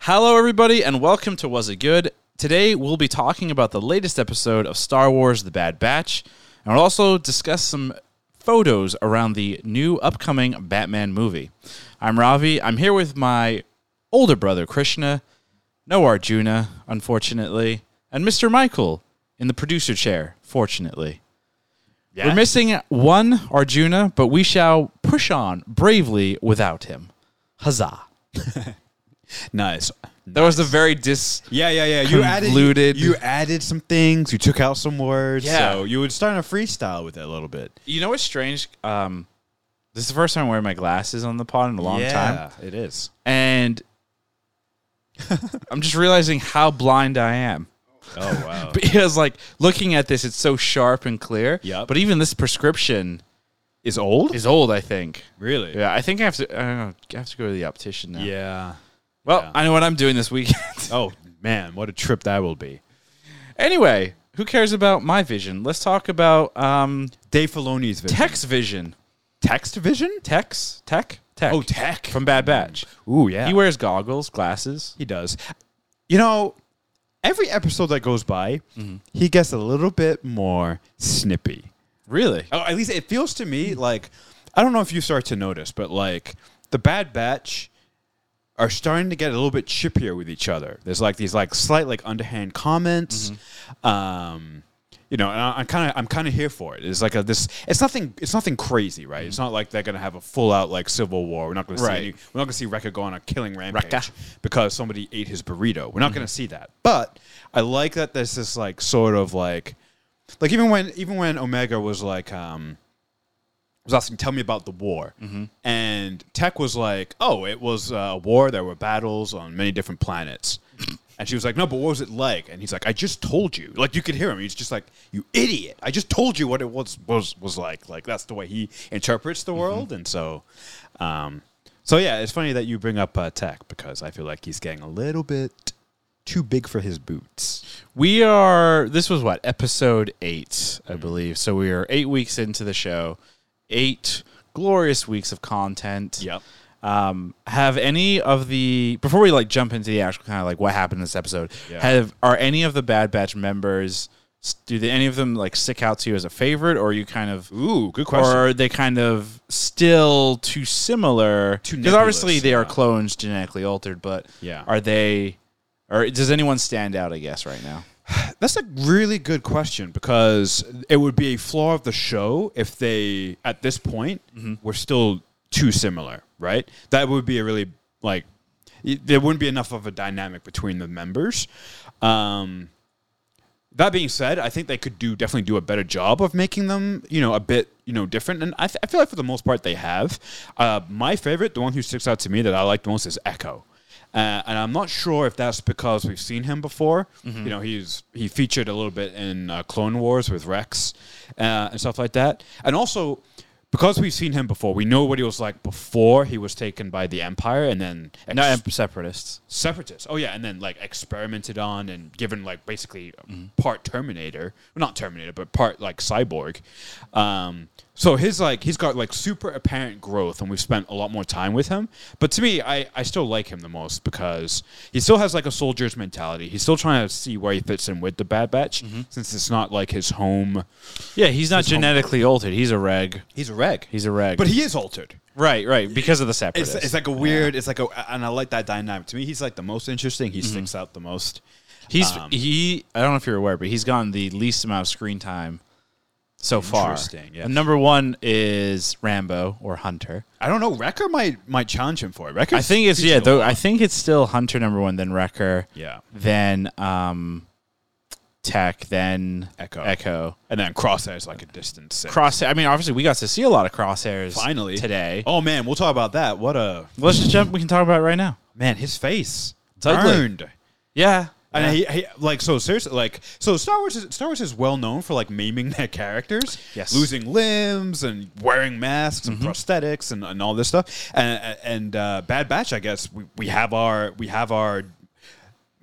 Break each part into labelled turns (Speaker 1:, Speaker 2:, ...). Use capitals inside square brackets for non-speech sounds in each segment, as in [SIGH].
Speaker 1: Hello, everybody, and welcome to Was It Good? Today, we'll be talking about the latest episode of Star Wars The Bad Batch, and we'll also discuss some photos around the new upcoming Batman movie. I'm Ravi. I'm here with my older brother, Krishna, no Arjuna, unfortunately, and Mr. Michael in the producer chair, fortunately. We're missing one Arjuna, but we shall push on bravely without him. Huzzah.
Speaker 2: Nice.
Speaker 1: That was a very dis.
Speaker 2: Yeah, yeah, yeah. You
Speaker 1: Convoluted.
Speaker 2: added you added some things. You took out some words.
Speaker 1: Yeah.
Speaker 2: So you would start a freestyle with it a little bit.
Speaker 1: You know what's strange? Um, this is the first time I'm wearing my glasses on the pod in a long time,
Speaker 2: It is.
Speaker 1: and I'm just realizing how blind I am. [LAUGHS]
Speaker 2: Oh wow.
Speaker 1: Because like looking at this, it's so sharp and clear.
Speaker 2: Yep.
Speaker 1: But even this prescription
Speaker 2: is old?
Speaker 1: is old. I think.
Speaker 2: [LAUGHS] really?
Speaker 1: Yeah, I think I have to. I, don't know, I have to go to the optician now.
Speaker 2: Yeah.
Speaker 1: Well,
Speaker 2: yeah.
Speaker 1: I know what I'm doing this weekend. [LAUGHS]
Speaker 2: Oh man, what a trip that will be.
Speaker 1: anyway, who cares about my vision? Let's talk about um,
Speaker 2: Dave Filoni's vision.
Speaker 1: Tech's vision.
Speaker 2: text vision?
Speaker 1: Tex, Tech, Tech.
Speaker 2: Oh, Tech.
Speaker 1: from Bad Batch.
Speaker 2: Ooh, yeah.
Speaker 1: He wears goggles, glasses.
Speaker 2: He does. You know, every episode that goes by, he gets a little bit more snippy.
Speaker 1: Really?
Speaker 2: [LAUGHS] Oh, at least it feels to me like I don't know if you start to notice, but like the Bad Batch are starting to get a little bit chippier with each other. There's like these like slight like underhand comments. Um you know, and I, I'm kind of I'm kind of here for it. It's like a this. It's nothing. It's nothing crazy, right? It's not like they're gonna have a full out like civil war. We're not gonna
Speaker 1: Right.
Speaker 2: see. Any, we're not gonna see Rekka go on a killing rampage
Speaker 1: Rekka.
Speaker 2: because somebody ate his burrito. We're not gonna see that. But I like that there's this like sort of like like even when even when Omega was like um was asking, "Tell me about the war," and Tech was like, "Oh, it was uh, a war. There were battles on many different planets." And she was like, "No, but what was it like?" And he's like, "I just told you. Like you could hear him. He's just like, you idiot. I just told you what it was was was like. Like that's the way he interprets the world." And so, um, so yeah, it's funny that you bring up uh, Tech because I feel like he's getting a little bit too big for his boots.
Speaker 1: We are, this was what, episode eight, I believe. So we are eight weeks into the show, eight glorious weeks of content. Um, have any of the, before we like jump into the actual kind of like what happened in this episode,
Speaker 2: Yeah.
Speaker 1: have, are any of the Bad Batch members, s- do they, any of them like stick out to you as a favorite or are you kind of,
Speaker 2: Ooh, good
Speaker 1: or
Speaker 2: question.
Speaker 1: are they kind of still too similar?
Speaker 2: Too
Speaker 1: Because obviously
Speaker 2: nebulous,
Speaker 1: they are
Speaker 2: yeah.
Speaker 1: clones, genetically altered, but
Speaker 2: Yeah.
Speaker 1: are they? Or does anyone stand out? I guess right now.
Speaker 2: That's a really good question because it would be a flaw of the show if they, at this point, were still too similar, right? That would be a really, like, y- there wouldn't be enough of a dynamic between the members. Um, that being said, I think they could do definitely do a better job of making them, you know, a bit, you know, different. And I, th- I feel like for the most part they have. Uh, my favorite, the one who sticks out to me that I like the most is Echo. Uh, and I'm not sure if that's because we've seen him before. You know, he's he featured a little bit in uh, Clone Wars with Rex uh, and stuff like that. And also, because we've seen him before, we know what he was like before he was taken by the Empire and then
Speaker 1: No, I'm separatists.
Speaker 2: separatists. Oh yeah, and then like experimented on and given like basically part Terminator, well, not Terminator, but part like cyborg. Um, so his like he's got like super apparent growth, and we've spent a lot more time with him. But to me, I I still like him the most because he still has like a soldier's mentality. He's still trying to see where he fits in with the Bad Batch, since it's not like his home.
Speaker 1: Yeah, he's not genetically altered. He's a reg.
Speaker 2: He's a reg.
Speaker 1: He's a reg.
Speaker 2: but he is altered.
Speaker 1: right, right, because of the separatists.
Speaker 2: It's, it's like a weird. It's like a, and I like that dynamic. To me, he's like the most interesting. He sticks out the most.
Speaker 1: he's
Speaker 2: Um,
Speaker 1: he. I don't know if you're aware, but he's gotten the least amount of screen time so far.
Speaker 2: Interesting, yeah.
Speaker 1: And number one is Rambo or Hunter.
Speaker 2: I don't know. Wrecker might might challenge him for it. Wrecker,
Speaker 1: I think it's yeah. Though I think it's still Hunter number one, then Wrecker.
Speaker 2: Yeah.
Speaker 1: Then um, Tech. Then
Speaker 2: Echo.
Speaker 1: Echo.
Speaker 2: and then Crosshair's like a distance. six.
Speaker 1: Cross. I mean, obviously, we got to see a lot of crosshairs
Speaker 2: finally
Speaker 1: today.
Speaker 2: Oh man, we'll talk about that. What a
Speaker 1: Let's just jump. We can talk about it right now.
Speaker 2: man, his face
Speaker 1: ugly.
Speaker 2: burned.
Speaker 1: Yeah.
Speaker 2: And he, he like so seriously like so Star Wars is, Star Wars is well known for like maiming [LAUGHS] their characters,
Speaker 1: Yes. Mm-hmm.
Speaker 2: losing limbs and wearing masks and prosthetics and, and all this stuff. And and uh, Bad Batch, I guess we, we have our we
Speaker 1: Mm-hmm.
Speaker 2: have our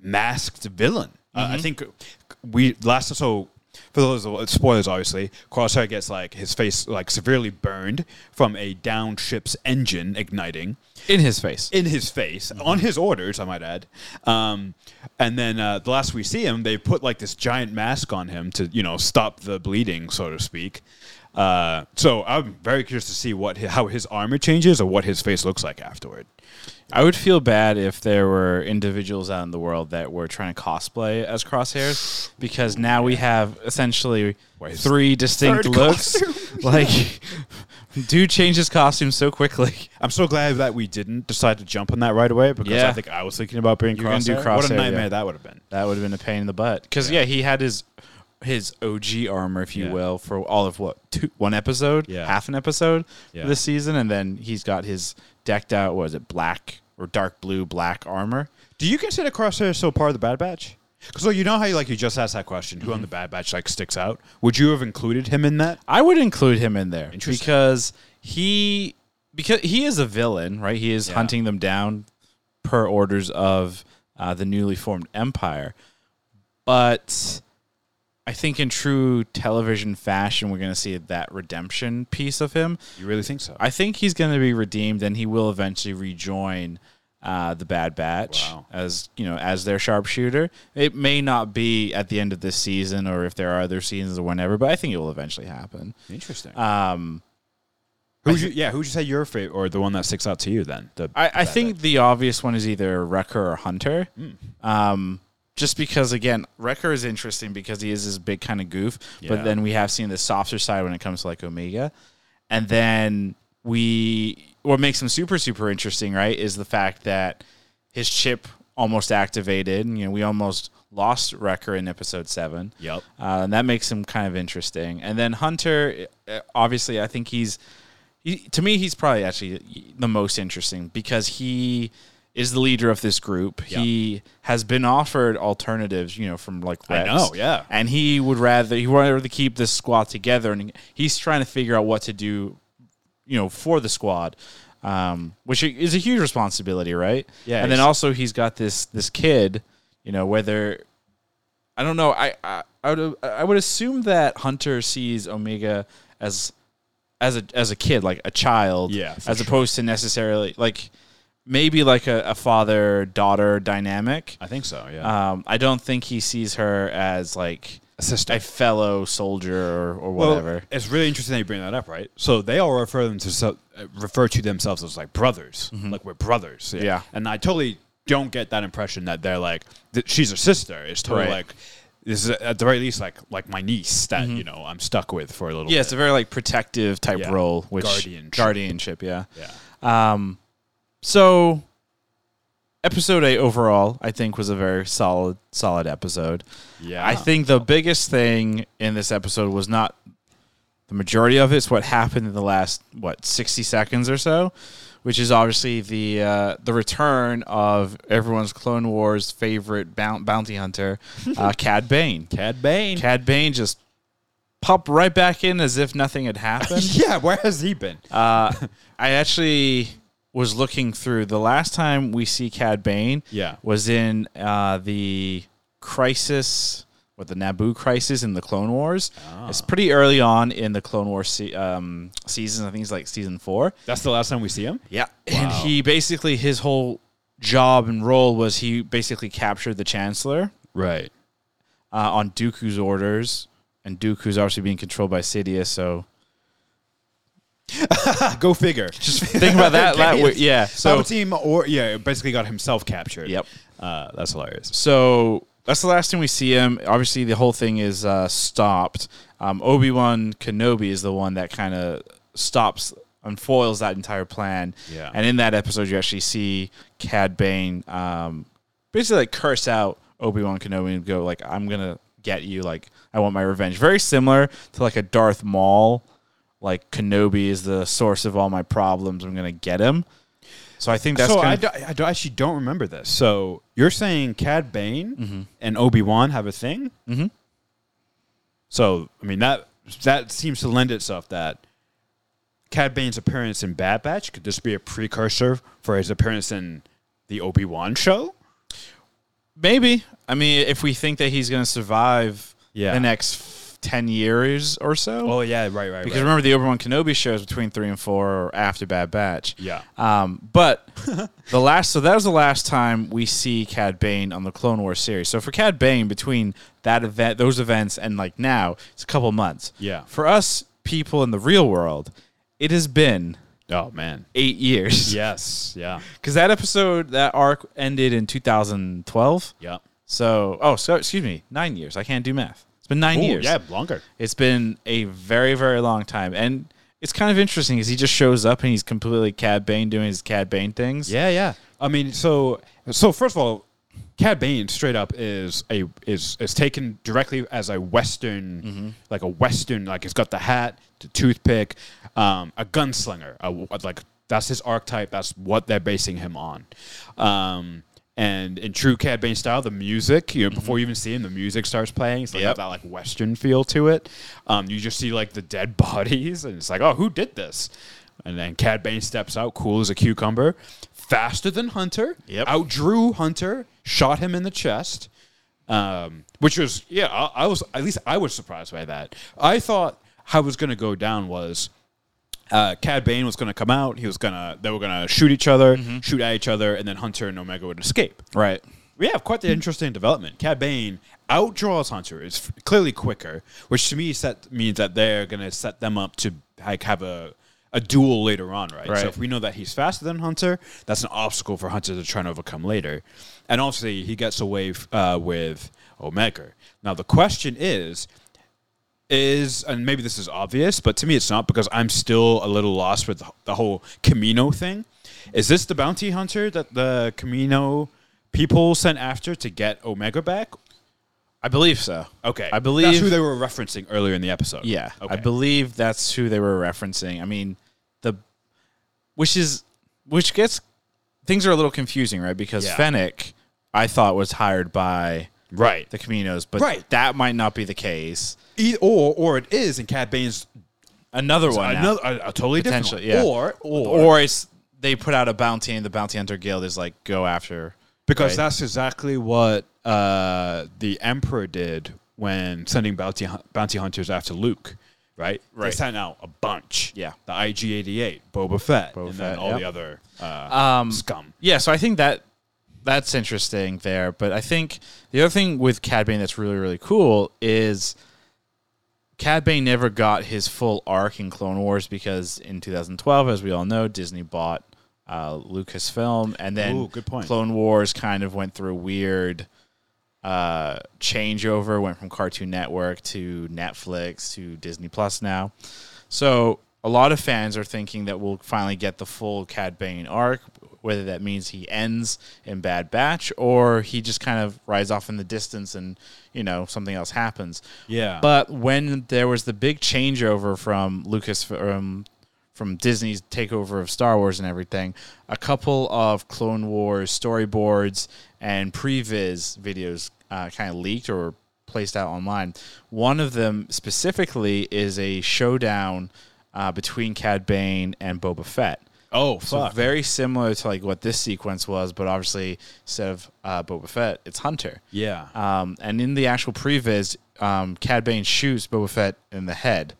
Speaker 2: masked villain. Uh, I think we last so for those spoilers, obviously, Crosshair gets like his face like severely burned from a downed ship's engine igniting
Speaker 1: in his face.
Speaker 2: in his face
Speaker 1: Mm-hmm.
Speaker 2: on his orders, I might add. Um, and then uh, the last we see him, they put like this giant mask on him to you know stop the bleeding, so to speak. Uh, so I'm very curious to see what hi- how his armor changes or what his face looks like afterward.
Speaker 1: I would feel bad if there were individuals out in the world that were trying to cosplay as crosshairs because now we have essentially
Speaker 2: is
Speaker 1: three distinct [LAUGHS]
Speaker 2: third
Speaker 1: looks. like, dude changes costume so quickly.
Speaker 2: I'm so glad that we didn't decide to jump on that right away because
Speaker 1: Yeah.
Speaker 2: I think I was thinking about being
Speaker 1: You're gonna do
Speaker 2: crosshair. What
Speaker 1: Crosshair,
Speaker 2: a
Speaker 1: yeah.
Speaker 2: nightmare that would have been.
Speaker 1: That would have been a pain in the butt because yeah. he had his his OG armor, if you
Speaker 2: Yeah.
Speaker 1: will, for all of what two, one episode,
Speaker 2: Yeah.
Speaker 1: half an episode
Speaker 2: Yeah.
Speaker 1: this season, and then he's got his decked out. What is it, black or dark blue black armor?
Speaker 2: Do you consider Crosshair still part of the Bad Batch? Because like, you know how you like you just asked that question,
Speaker 1: Mm-hmm.
Speaker 2: who on the Bad Batch like sticks out? Would you have included him in that?
Speaker 1: I would include him in there
Speaker 2: Interesting.
Speaker 1: because he because he is a villain, right? He is
Speaker 2: Yeah.
Speaker 1: hunting them down per orders of uh, the newly formed empire. But I think in true television fashion, we're going to see that redemption piece of him.
Speaker 2: You really think so?
Speaker 1: I think he's going to be redeemed, and he will eventually rejoin uh, the Bad Batch
Speaker 2: Wow.
Speaker 1: as you know as their sharpshooter. It may not be at the end of this season, or if there are other seasons or whenever, but I think it will eventually happen.
Speaker 2: Interesting.
Speaker 1: Um,
Speaker 2: Who would you, yeah, who would you say your favorite or the one that sticks out to you then? The,
Speaker 1: I,
Speaker 2: the
Speaker 1: I
Speaker 2: Bad
Speaker 1: think the obvious one is either Wrecker or Hunter. Um, just because, again, Wrecker is interesting because he is this big kind of goof,
Speaker 2: Yeah.
Speaker 1: but then we have seen the softer side when it comes to like Omega. And then we, what makes him super, super interesting, right, is the fact that his chip almost activated. And, you know, we almost lost Wrecker in episode seven.
Speaker 2: Batch. Yep.
Speaker 1: Uh, and that makes him kind of interesting. And then Hunter, uh, obviously, I think he's he, to me he's probably actually the most interesting because he is the leader of this group. He has been offered alternatives, you know, from like
Speaker 2: I
Speaker 1: Rex.
Speaker 2: know, yeah.
Speaker 1: And he would rather he wanted to keep this squad together, and he's trying to figure out what to do, you know, for the squad. Um, which is a huge responsibility, right?
Speaker 2: Yeah,
Speaker 1: And then
Speaker 2: he's-
Speaker 1: also he's got this this kid, you know, whether I don't know. I I, I would I would assume that Hunter sees Omega as as a as a kid, like a child,
Speaker 2: Yeah,
Speaker 1: as
Speaker 2: for sure.
Speaker 1: opposed to necessarily like maybe like a, a father daughter dynamic.
Speaker 2: I think so, yeah.
Speaker 1: Um, I don't think he sees her as like
Speaker 2: a sister.
Speaker 1: a fellow soldier or, or
Speaker 2: Well,
Speaker 1: whatever.
Speaker 2: it's really interesting that you bring that up, right? So they all refer them to so, uh, refer to themselves as like brothers, like we're brothers.
Speaker 1: Mm-hmm. Yeah.
Speaker 2: and I totally don't get that impression that they're like that she's a sister. It's totally
Speaker 1: Right.
Speaker 2: like this is at the very least like like my niece that
Speaker 1: Mm-hmm.
Speaker 2: you know I'm stuck with for a little.
Speaker 1: yeah,
Speaker 2: bit.
Speaker 1: it's a very like protective type
Speaker 2: Yeah.
Speaker 1: role, which
Speaker 2: Guardianship.
Speaker 1: guardianship, yeah.
Speaker 2: yeah,
Speaker 1: So, episode eight overall, I think was a very solid, solid episode.
Speaker 2: Yeah.
Speaker 1: I think the biggest thing in this episode was not the majority of it. It's what happened in the last what sixty seconds or so, which is obviously the uh, the return of everyone's Clone Wars favorite bou- bounty hunter, uh, Cad Bane.
Speaker 2: Cad Bane.
Speaker 1: Cad Bane just popped right back in as if nothing had happened.
Speaker 2: [LAUGHS] yeah, where has he been?
Speaker 1: Uh, I actually was looking through the last time we see Cad Bane.
Speaker 2: Yeah.
Speaker 1: was in uh, the crisis with the Naboo crisis in the Clone Wars. It's pretty early on in the Clone Wars se- um, season. I think it's like season four.
Speaker 2: That's the last time we see him.
Speaker 1: Yeah, and he basically his whole job and role was he basically captured the Chancellor
Speaker 2: Right.
Speaker 1: uh, on Dooku's orders, and Dooku's obviously being controlled by Sidious. So [LAUGHS]
Speaker 2: Go figure.
Speaker 1: just think about that. that way- yeah. So
Speaker 2: So team or yeah, basically got himself captured.
Speaker 1: Yep.
Speaker 2: Uh, that's hilarious.
Speaker 1: So that's the last time we see him. Obviously, the whole thing is uh, stopped. Um, Obi Wan Kenobi is the one that kind of stops, unfoils that entire plan.
Speaker 2: Yeah.
Speaker 1: And in that episode, you actually see Cad Bane um, basically like curse out Obi Wan Kenobi and go like, "I'm gonna get you! Like, I want my revenge." Very similar to like a Darth Maul. Like Kenobi is the source of all my problems. I'm gonna get him. So I think that's
Speaker 2: so
Speaker 1: kind
Speaker 2: I,
Speaker 1: of,
Speaker 2: do, I do- actually don't remember this. So you're saying Cad Bane
Speaker 1: Mm-hmm.
Speaker 2: and Obi Wan have a thing? Mm-hmm. So I mean that that seems to lend itself that Cad Bane's appearance in Bad Batch could this be a precursor for his appearance in the Obi Wan show?
Speaker 1: Maybe. I mean, if we think that he's going to survive
Speaker 2: Yeah.
Speaker 1: the next ten years or so.
Speaker 2: Oh yeah, right, right.
Speaker 1: because
Speaker 2: right.
Speaker 1: remember the Obi Wan Kenobi shows between three and four or after Bad Batch.
Speaker 2: Yeah.
Speaker 1: Um, but the last, so that was the last time we see Cad Bane on the Clone Wars series. So for Cad Bane, between that event, those events, and like now, it's a couple months.
Speaker 2: Yeah.
Speaker 1: For us people in the real world, it has been
Speaker 2: oh man.
Speaker 1: eight years. [LAUGHS]
Speaker 2: Yes. Yeah.
Speaker 1: Because that episode, that arc ended in 2012.
Speaker 2: Yeah.
Speaker 1: So, oh, so excuse me, nine years. I can't do math. It's been nine
Speaker 2: Ooh,
Speaker 1: years.
Speaker 2: Yeah, longer.
Speaker 1: It's been a very, very long time. And it's kind of interesting because he just shows up and he's completely Cad Bane doing his Cad Bane things.
Speaker 2: Yeah, yeah. I mean, so so first of all, Cad Bane straight up is a is is taken directly as a Western, like a Western, like he's got the hat, the toothpick, um, a gunslinger, a, like that's his archetype. That's what they're basing him on. Um, and in true Cad Bane style, the music, you know, before you even see him, the music starts playing. It's like
Speaker 1: Mm-hmm. Yep.
Speaker 2: got that like Western feel to it. Um, you just see like the dead [LAUGHS] bodies, and it's like, oh, who did this? And then Cad Bane steps out, cool as a cucumber, faster than Hunter.
Speaker 1: Yep.
Speaker 2: Outdrew Hunter, shot him in the chest. Um, which was yeah, I, I was at least I was surprised by that. I thought how it was going to go down was uh, Cad Bane was going to come out. He was gonna they were going to shoot each other,
Speaker 1: Mm-hmm.
Speaker 2: shoot at each other, and then Hunter and Omega would escape.
Speaker 1: Right.
Speaker 2: We have quite the interesting development. Cad Bane outdraws Hunter. It's f- clearly quicker, which to me set, means that they're going to set them up to like have a a duel later on, right?
Speaker 1: Right.
Speaker 2: So if we know that he's faster than Hunter, that's an obstacle for Hunter to try and overcome later. And obviously, he gets away f- uh, with Omega. Now the question is. Is and maybe this is obvious, but to me it's not because I'm still a little lost with the- the whole Camino thing. Is this the bounty hunter that the Camino people sent after to get Omega back?
Speaker 1: I believe so.
Speaker 2: Okay,
Speaker 1: I believe.
Speaker 2: that's who they were referencing earlier in the episode.
Speaker 1: yeah.
Speaker 2: okay.
Speaker 1: I believe that's who they were referencing. I mean, the. Which is. Which gets. Things are a little confusing, right? Because
Speaker 2: Yeah.
Speaker 1: Fennec, I thought, was hired by
Speaker 2: right.
Speaker 1: the Caminos, but
Speaker 2: Right.
Speaker 1: that might not be the case.
Speaker 2: E- or or it is in Cad Bane's
Speaker 1: Another one. now.
Speaker 2: another a, a totally different one.
Speaker 1: Potentially, yeah.
Speaker 2: Or or,
Speaker 1: or it's they put out a bounty and the bounty hunter guild is like go after
Speaker 2: because
Speaker 1: right?
Speaker 2: that's exactly what uh, the Emperor did when sending bounty hun- bounty hunters after Luke. Right, They
Speaker 1: Right.
Speaker 2: sent out a bunch.
Speaker 1: Yeah.
Speaker 2: the IG88, Boba Fett, and then
Speaker 1: Fett,
Speaker 2: all
Speaker 1: yep. Um,
Speaker 2: the other uh, scum.
Speaker 1: yeah so i think that that's interesting there but i think the other thing with cad bane that's really really cool is cad bane never got his full arc in clone wars because in 2012 as we all know disney bought uh, lucasfilm and then
Speaker 2: Ooh, good point.
Speaker 1: clone wars kind of went through a weird uh, changeover went from Cartoon Network to Netflix to Disney Plus now. So a lot of fans are thinking that we'll finally get the full Cad Bane arc, whether that means he ends in Bad Batch or he just kind of rides off in the distance and you know something else happens.
Speaker 2: Yeah.
Speaker 1: But when there was the big changeover from Lucas from from Disney's takeover of Star Wars and everything, a couple of Clone Wars storyboards and previs videos uh, kind of leaked or placed out online. One of them specifically is a showdown uh, between Cad Bane and Boba Fett.
Speaker 2: Oh,
Speaker 1: So
Speaker 2: fuck.
Speaker 1: very similar to like what this sequence was, but obviously instead of uh, Boba Fett, it's Hunter.
Speaker 2: yeah.
Speaker 1: Um, and in the actual previs, um, Cad Bane shoots Boba Fett in the head.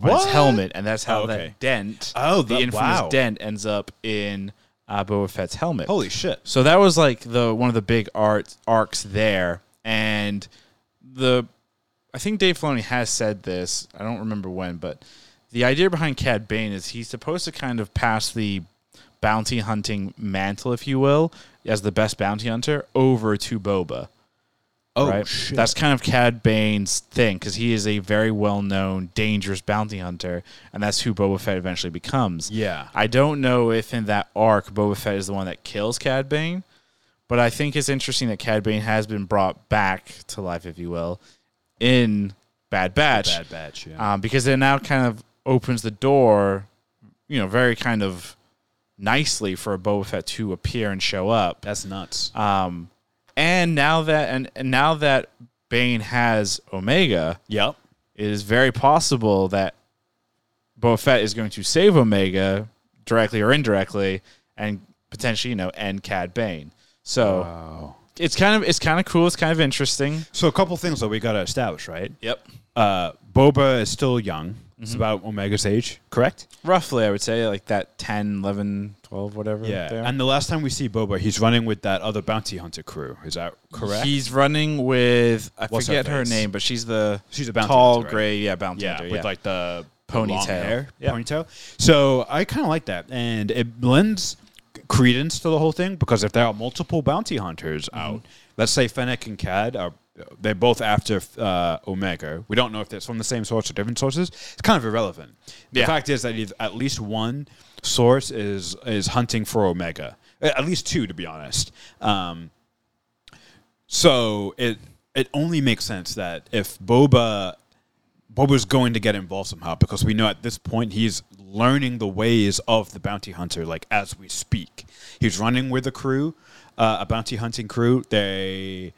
Speaker 1: with his
Speaker 2: What?
Speaker 1: helmet, and that's how
Speaker 2: Oh, okay.
Speaker 1: that dent,
Speaker 2: Oh,
Speaker 1: the,
Speaker 2: the-
Speaker 1: infamous
Speaker 2: wow.
Speaker 1: dent, ends up in uh, Boba Fett's helmet.
Speaker 2: Holy shit.
Speaker 1: So that was like the one of the big art arcs there, and the I think Dave Filoni has said this. I don't remember when, but the idea behind Cad Bane is he's supposed to kind of pass the bounty hunting mantle, if you will, as the best bounty hunter over to Boba
Speaker 2: Oh
Speaker 1: right?
Speaker 2: shit.
Speaker 1: That's kind of Cad Bane's thing because he is a very well known, dangerous bounty hunter, and that's who Boba Fett eventually becomes.
Speaker 2: Yeah.
Speaker 1: I don't know if in that arc Boba Fett is the one that kills Cad Bane, but I think it's interesting that Cad Bane has been brought back to life, if you will, in Bad Batch,
Speaker 2: bad batch. Yeah.
Speaker 1: um, because it now kind of opens the door, you know, very kind of nicely for Boba Fett to appear and show up.
Speaker 2: That's nuts.
Speaker 1: Um, and now that and, and now that Bane has Omega,
Speaker 2: yep.
Speaker 1: it is very possible that Boba Fett is going to save Omega directly or indirectly, and potentially you know end Cad Bane. So
Speaker 2: Oh.
Speaker 1: it's kind of it's kind of cool. It's kind of interesting.
Speaker 2: So a couple things that we got to establish, right?
Speaker 1: Yep.
Speaker 2: Uh, Boba is still young. It's
Speaker 1: Mm-hmm.
Speaker 2: about Omega's age, correct?
Speaker 1: Roughly, I would say like that 10, 11, 12, whatever. there.
Speaker 2: And the last time we see Boba, he's running with that other bounty hunter crew. Is that correct?
Speaker 1: He's running with I
Speaker 2: What's her
Speaker 1: forget her,
Speaker 2: face?
Speaker 1: name, but she's the
Speaker 2: She's a bounty
Speaker 1: tall
Speaker 2: hunter, right?
Speaker 1: gray yeah bounty
Speaker 2: yeah,
Speaker 1: hunter
Speaker 2: with like the the
Speaker 1: Ponytail.
Speaker 2: long hair,
Speaker 1: Yeah.
Speaker 2: ponytail. So I kind of like that, and it lends credence to the whole thing because if there are multiple bounty hunters
Speaker 1: Mm-hmm.
Speaker 2: out, let's say Fennec and Cad are. They're both after uh, Omega. We don't know if that's from the same source or different sources. It's kind of irrelevant. The
Speaker 1: Yeah.
Speaker 2: fact is that if at least one source is is hunting for Omega. A- At least two, to be honest. Um, so it it only makes sense that if Boba Boba's going to get involved somehow because we know at this point he's learning the ways of the bounty hunter, like as we speak. He's running with a crew, uh, a bounty hunting crew. They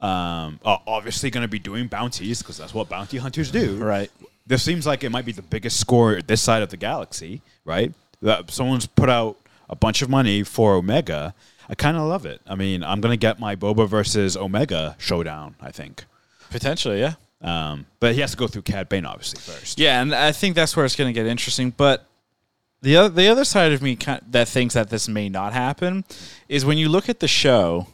Speaker 2: um, are obviously going to be doing bounties because that's what bounty hunters do.
Speaker 1: Right.
Speaker 2: This seems like it might be the biggest score this side of the galaxy, right? That someone's put out a bunch of money for Omega. I kind of love it. I mean, I'm going to get my Boba versus Omega showdown, I think.
Speaker 1: potentially yeah
Speaker 2: Um, but he has to go through Cad Bane, obviously, first.
Speaker 1: yeah, and I think that's where it's going to get interesting. But the other the other side of me kind that thinks that this may not happen is when you look at the show.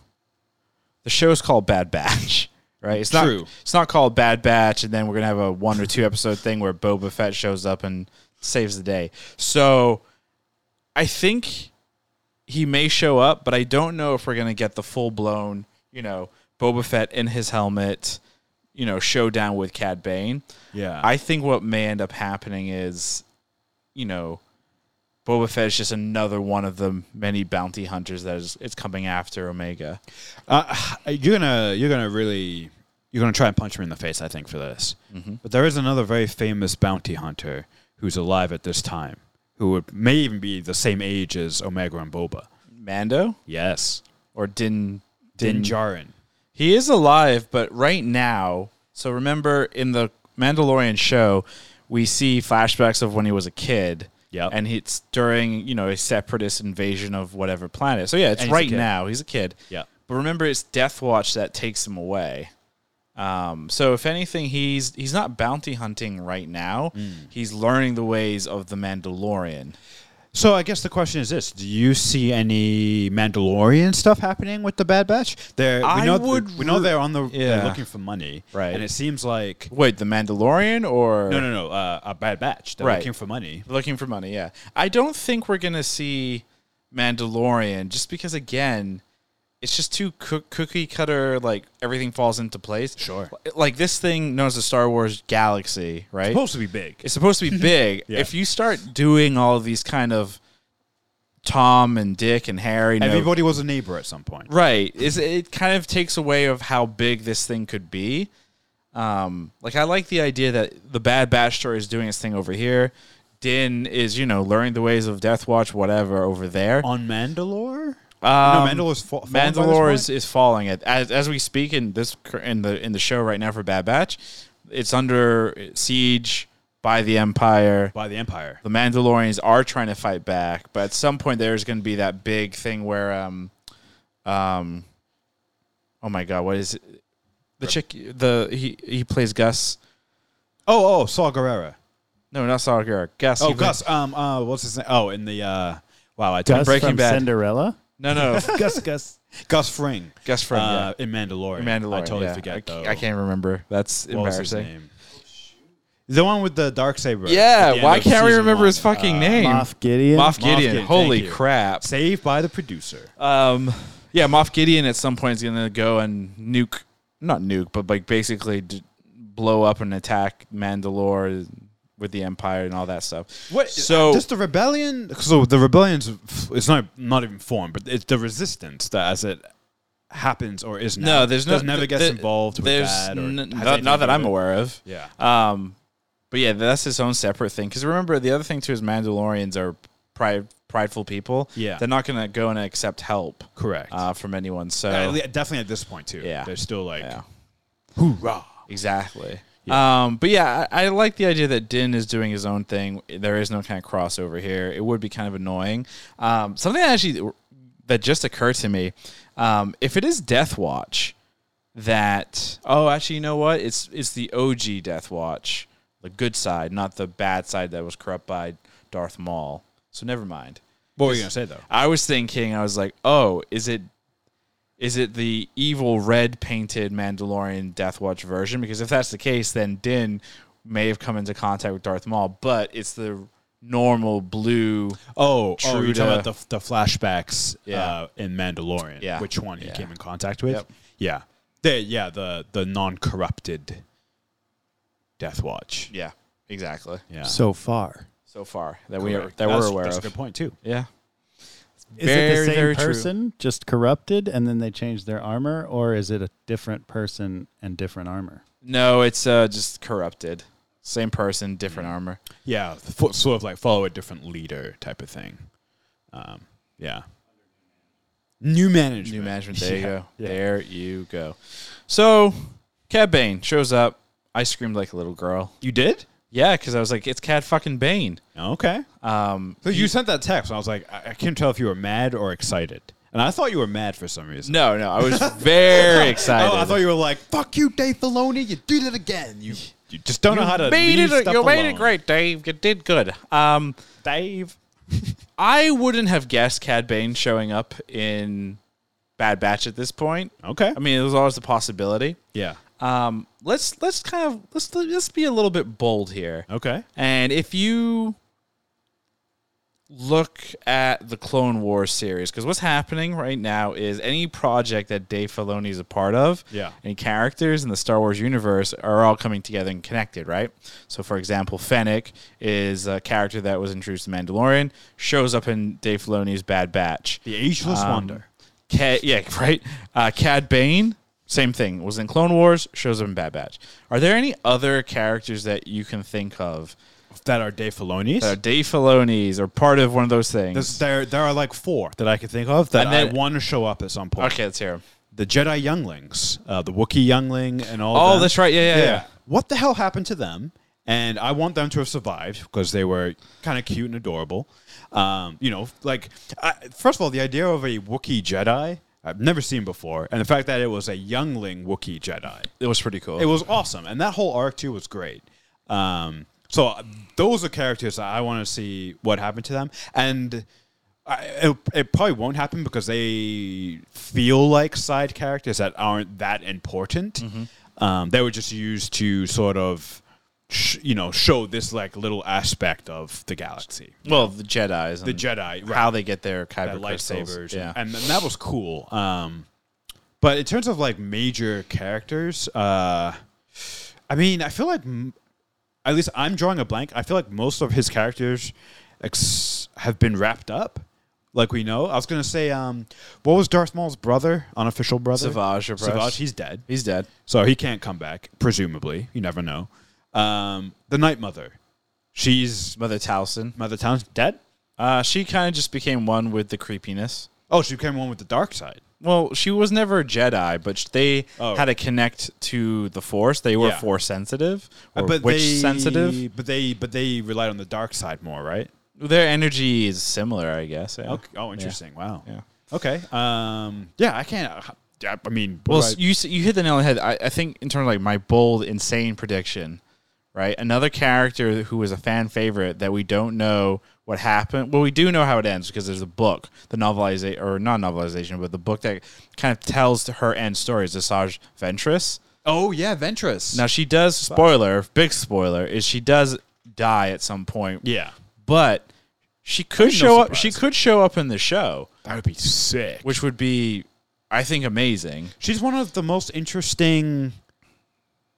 Speaker 1: The show is called Bad Batch, [LAUGHS] right? It's
Speaker 2: True.
Speaker 1: not it's not called Bad Batch, and then we're gonna have a one or two episode thing where Boba Fett shows up and saves the day. So I think he may show up, but I don't know if we're gonna get the full blown, you know, Boba Fett in his helmet, you know, showdown with Cad Bane.
Speaker 2: Yeah.
Speaker 1: I think what may end up happening is, you know, Boba Fett is just another one of the many bounty hunters that is it's coming after Omega.
Speaker 2: Uh, you're gonna you're gonna really you're gonna try and punch me in the face. I think for this,
Speaker 1: Mm-hmm.
Speaker 2: but there is another very famous bounty hunter who's alive at this time, who would, may even be the same age as Omega and Boba.
Speaker 1: Mando
Speaker 2: Yes,
Speaker 1: or Din
Speaker 2: Din Djarin.
Speaker 1: He is alive, but right now, so remember in the Mandalorian show, we see flashbacks of when he was a kid.
Speaker 2: Yep.
Speaker 1: And it's during, you know, a separatist invasion of whatever planet. So yeah, it's
Speaker 2: And he's a
Speaker 1: right
Speaker 2: kid.
Speaker 1: now. He's a kid.
Speaker 2: Yeah.
Speaker 1: But remember it's Death Watch that takes him away. Um, so if anything, he's he's not bounty hunting right now.
Speaker 2: Mm.
Speaker 1: He's learning the ways of the Mandalorian.
Speaker 2: So I guess the question is this: Do you see any Mandalorian stuff happening with the Bad Batch? They're, we
Speaker 1: I
Speaker 2: know
Speaker 1: would
Speaker 2: we know
Speaker 1: re-
Speaker 2: they're on the
Speaker 1: Yeah.
Speaker 2: they're looking for money,
Speaker 1: Right.
Speaker 2: And it seems like
Speaker 1: Wait, the Mandalorian or
Speaker 2: no, no, no, uh, a Bad Batch. They're
Speaker 1: Right.
Speaker 2: looking for money.
Speaker 1: Looking for money, yeah. I don't think we're gonna see Mandalorian just because again, it's just too cook- cookie cutter. Like everything falls into place.
Speaker 2: Sure.
Speaker 1: L- Like this thing known as the Star Wars Galaxy, right?
Speaker 2: Supposed to be big.
Speaker 1: it's supposed
Speaker 2: [LAUGHS]
Speaker 1: to be big.
Speaker 2: Yeah.
Speaker 1: If you start doing all of these kind of Tom and Dick and Harry, no-
Speaker 2: Everybody was a neighbor at some point.
Speaker 1: right? Is it kind of takes away of how big this thing could be? Um, like I like the idea that the Bad Batch story is doing its thing over here. Din is, you know, learning the ways of Death Watch, whatever, over there.
Speaker 2: on Mandalore?
Speaker 1: Um,
Speaker 2: no, Mandalore's fa- fallen by this
Speaker 1: Mandalore
Speaker 2: point?
Speaker 1: is, is falling at as, as we speak in this cur- in the in the show right now for Bad Batch. It's under siege by the Empire.
Speaker 2: by the Empire.
Speaker 1: The Mandalorians are trying to fight back, but at some point there's going to be that big thing where um um oh my god, what is it? The chick the he he plays Gus.
Speaker 2: Oh, oh, Saul Guerrero.
Speaker 1: No, not Saw Gerrera. Gus.
Speaker 2: Oh,
Speaker 1: he plays-
Speaker 2: Gus. Um, uh, what's his name? Oh, in the uh, wow, I
Speaker 3: Gus
Speaker 1: [LAUGHS]
Speaker 2: Gus,
Speaker 1: Breaking
Speaker 3: from
Speaker 1: Bad.
Speaker 3: Cinderella.
Speaker 1: No, no.
Speaker 2: [LAUGHS]
Speaker 3: Gus, Gus.
Speaker 2: Gus Fring.
Speaker 1: Gus Fring,
Speaker 2: uh, in Mandalore.
Speaker 1: Mandalorian.
Speaker 2: I totally
Speaker 1: yeah.
Speaker 2: forget
Speaker 1: I,
Speaker 2: though.
Speaker 1: I can't remember. That's
Speaker 2: What was his
Speaker 1: embarrassing.
Speaker 2: name? The one with the dark saber.
Speaker 1: Yeah, why can't we remember his fucking name?
Speaker 3: Moff Gideon.
Speaker 1: Moff Gideon.
Speaker 2: Uh, Gideon,
Speaker 1: Holy
Speaker 2: thank you.
Speaker 1: crap.
Speaker 2: Saved by the producer.
Speaker 1: Um, yeah, Moff Gideon at some point is going to go and nuke, not nuke, but like basically d- blow up and attack Mandalore with the Empire and all that stuff.
Speaker 2: What? uh,
Speaker 1: So
Speaker 2: does the rebellion? So the rebellion's it's not not even formed, but it's the resistance that as it happens or is now.
Speaker 1: no, there's no
Speaker 2: never gets
Speaker 1: th-
Speaker 2: involved with
Speaker 1: there's
Speaker 2: that. Or
Speaker 1: n-
Speaker 2: has
Speaker 1: not,
Speaker 2: anything
Speaker 1: not
Speaker 2: to
Speaker 1: that
Speaker 2: do
Speaker 1: I'm
Speaker 2: with it.
Speaker 1: aware of.
Speaker 2: Yeah.
Speaker 1: Um, but yeah, that's its own separate thing. Because remember, the other thing too is Mandalorians are pride, prideful people.
Speaker 2: Yeah.
Speaker 1: they're not going to go and accept help.
Speaker 2: Correct.
Speaker 1: Uh, from anyone. So
Speaker 2: At le- definitely at this point too.
Speaker 1: Yeah.
Speaker 2: They're still like
Speaker 1: yeah.
Speaker 2: hoorah.
Speaker 1: Exactly. Um, but yeah, I, I like the idea that Din is doing his own thing. There is no kind of crossover here. It would be kind of annoying. Um, something that actually that just occurred to me. Um, if it is Death Watch, that oh, actually, you know what? It's it's the OG Death Watch, the good side, not the bad side that was corrupt by Darth Maul. So never mind.
Speaker 2: What were you gonna say though?
Speaker 1: I was thinking, I was like, oh, is it is it the evil red painted Mandalorian Death Watch version? Because if that's the case, then Din may have come into contact with Darth Maul, but it's the normal blue.
Speaker 2: Oh, oh you're
Speaker 1: Truda.
Speaker 2: talking about the, the flashbacks
Speaker 1: Yeah.
Speaker 2: uh, in Mandalorian.
Speaker 1: Yeah.
Speaker 2: Which one
Speaker 1: Yeah.
Speaker 2: he came in contact with.
Speaker 1: Yep.
Speaker 2: Yeah. The, yeah, the, the non corrupted Death Watch.
Speaker 1: Yeah, exactly.
Speaker 2: Yeah.
Speaker 3: so far.
Speaker 1: So far that we are,
Speaker 2: Correct.
Speaker 1: that we're
Speaker 2: That's-
Speaker 1: aware
Speaker 2: that's
Speaker 1: of.
Speaker 2: a good point, too.
Speaker 1: Yeah.
Speaker 3: Is it
Speaker 1: Very,
Speaker 3: the
Speaker 1: very
Speaker 3: same
Speaker 1: true.
Speaker 3: person, just corrupted, and then they change their armor, or is it a different person and different armor?
Speaker 1: No, it's uh, just corrupted. Same person, different armor.
Speaker 2: Yeah. fo- sort of like follow a different leader type of thing. Um, yeah. New management.
Speaker 1: New management. [LAUGHS] There you
Speaker 2: Yeah.
Speaker 1: go. There you go. So, Cad Bane shows up. I screamed like a little girl.
Speaker 2: You did?
Speaker 1: Yeah, because I was like, it's Cad fucking Bane.
Speaker 2: Okay.
Speaker 1: Um,
Speaker 2: So you sent that text, and I was like, I, I can't tell if you were mad or excited. And I thought you were mad for some reason.
Speaker 1: no, no, I was [LAUGHS] very excited.
Speaker 2: Oh, I thought you were like, "Fuck you, Dave Filoni! You do that again. You, you just don't know how to
Speaker 1: made
Speaker 2: leave
Speaker 1: it.
Speaker 2: stuff
Speaker 1: you made
Speaker 2: alone."
Speaker 1: it great, Dave. You did good. Um,
Speaker 2: Dave."
Speaker 1: [LAUGHS] I wouldn't have guessed Cad Bane showing up in Bad Batch at this point.
Speaker 2: Okay.
Speaker 1: I mean, it was always a possibility.
Speaker 2: Yeah.
Speaker 1: Um, let's let's kind of let's let's be a little bit bold here.
Speaker 2: Okay.
Speaker 1: And if you look at the Clone Wars series, because what's happening right now is any project that Dave Filoni is a part of,
Speaker 2: Yeah.
Speaker 1: any characters in the Star Wars universe are all coming together and connected, right? So, for example, Fennec is a character that was introduced in Mandalorian, shows up in Dave Filoni's Bad Batch.
Speaker 2: The Ageless
Speaker 1: Um,
Speaker 2: Wonder.
Speaker 1: Cad, yeah, [LAUGHS] right. Uh, Cad Bane, same thing. Was in Clone Wars, shows up in Bad Batch. Are there any other characters that you can think of
Speaker 2: That are Dave Filoni's.
Speaker 1: uh, Dave Filoni's or part of one of those things.
Speaker 2: There's- there, there are like four that I can think of that
Speaker 1: And then-
Speaker 2: I want to show up at some point.
Speaker 1: okay, let's hear him.
Speaker 2: The Jedi Younglings, uh, the Wookiee Youngling, and all.
Speaker 1: Oh,
Speaker 2: them.
Speaker 1: that's right. Yeah, yeah, yeah.
Speaker 2: What the hell happened to them? And I want them to have survived because they were kind of cute and adorable. Um, you know, like I, first of all, the idea of a Wookiee Jedi I've never seen before, and the fact that it was a youngling Wookiee Jedi,
Speaker 1: It was pretty cool.
Speaker 2: it was awesome, and that whole arc too was great. Um, so uh, those are characters that I want to see what happened to them, and I, it, it probably won't happen because they feel like side characters that aren't that important. Um, they were just used to sort of, sh- you know, show this like little aspect of the galaxy,
Speaker 1: well, the Jedi's,
Speaker 2: the Jedi, right?
Speaker 1: how they get their kyber
Speaker 2: that
Speaker 1: crystals.
Speaker 2: lightsabers,
Speaker 1: Yeah.
Speaker 2: and, and that was cool. Um, but in terms of like major characters, uh, I mean, I feel like m- at least I'm drawing a blank. I feel like most of his characters ex- have been wrapped up, like we know. I was gonna say, um, what was Darth Maul's brother, unofficial brother?
Speaker 1: Savage or
Speaker 2: Savage.
Speaker 1: Press?
Speaker 2: He's dead,
Speaker 1: He's dead.
Speaker 2: so he can't come back. Presumably, you never know. Um, the Night Mother, she's
Speaker 1: Mother Towson.
Speaker 2: Mother Town's dead.
Speaker 1: Uh, she kind of just became one with the creepiness.
Speaker 2: Oh, she became one with the dark side.
Speaker 1: Well, she was never a Jedi, but sh- they
Speaker 2: Oh.
Speaker 1: had to connect to the Force. They were
Speaker 2: Yeah.
Speaker 1: Force sensitive
Speaker 2: Uh,
Speaker 1: or Witch sensitive.
Speaker 2: But they but they relied on the dark side more, right?
Speaker 1: Their energy is similar, I guess. yeah.
Speaker 2: Okay. Oh, interesting. Wow.
Speaker 1: Yeah.
Speaker 2: Okay. Um. Yeah, I can't. I, I mean,
Speaker 1: Well,
Speaker 2: what
Speaker 1: s
Speaker 2: do I-
Speaker 1: you s- you hit the nail on the head. I, I think in terms of like my bold, insane prediction, right? Another character who was a fan favorite that we don't know what happened. Well, we do know how it ends because there's a book, the novelization or not novelization, but the book that kind of tells her end story is Asajj Ventress.
Speaker 2: oh yeah, Ventress.
Speaker 1: Now she does spoiler, big spoiler, is she does die at some point.
Speaker 2: yeah,
Speaker 1: but she could
Speaker 2: No
Speaker 1: show up. She
Speaker 2: surprise.
Speaker 1: could show up in the show,
Speaker 2: that would be sick.
Speaker 1: which would be, I think, amazing.
Speaker 2: She's one of the most interesting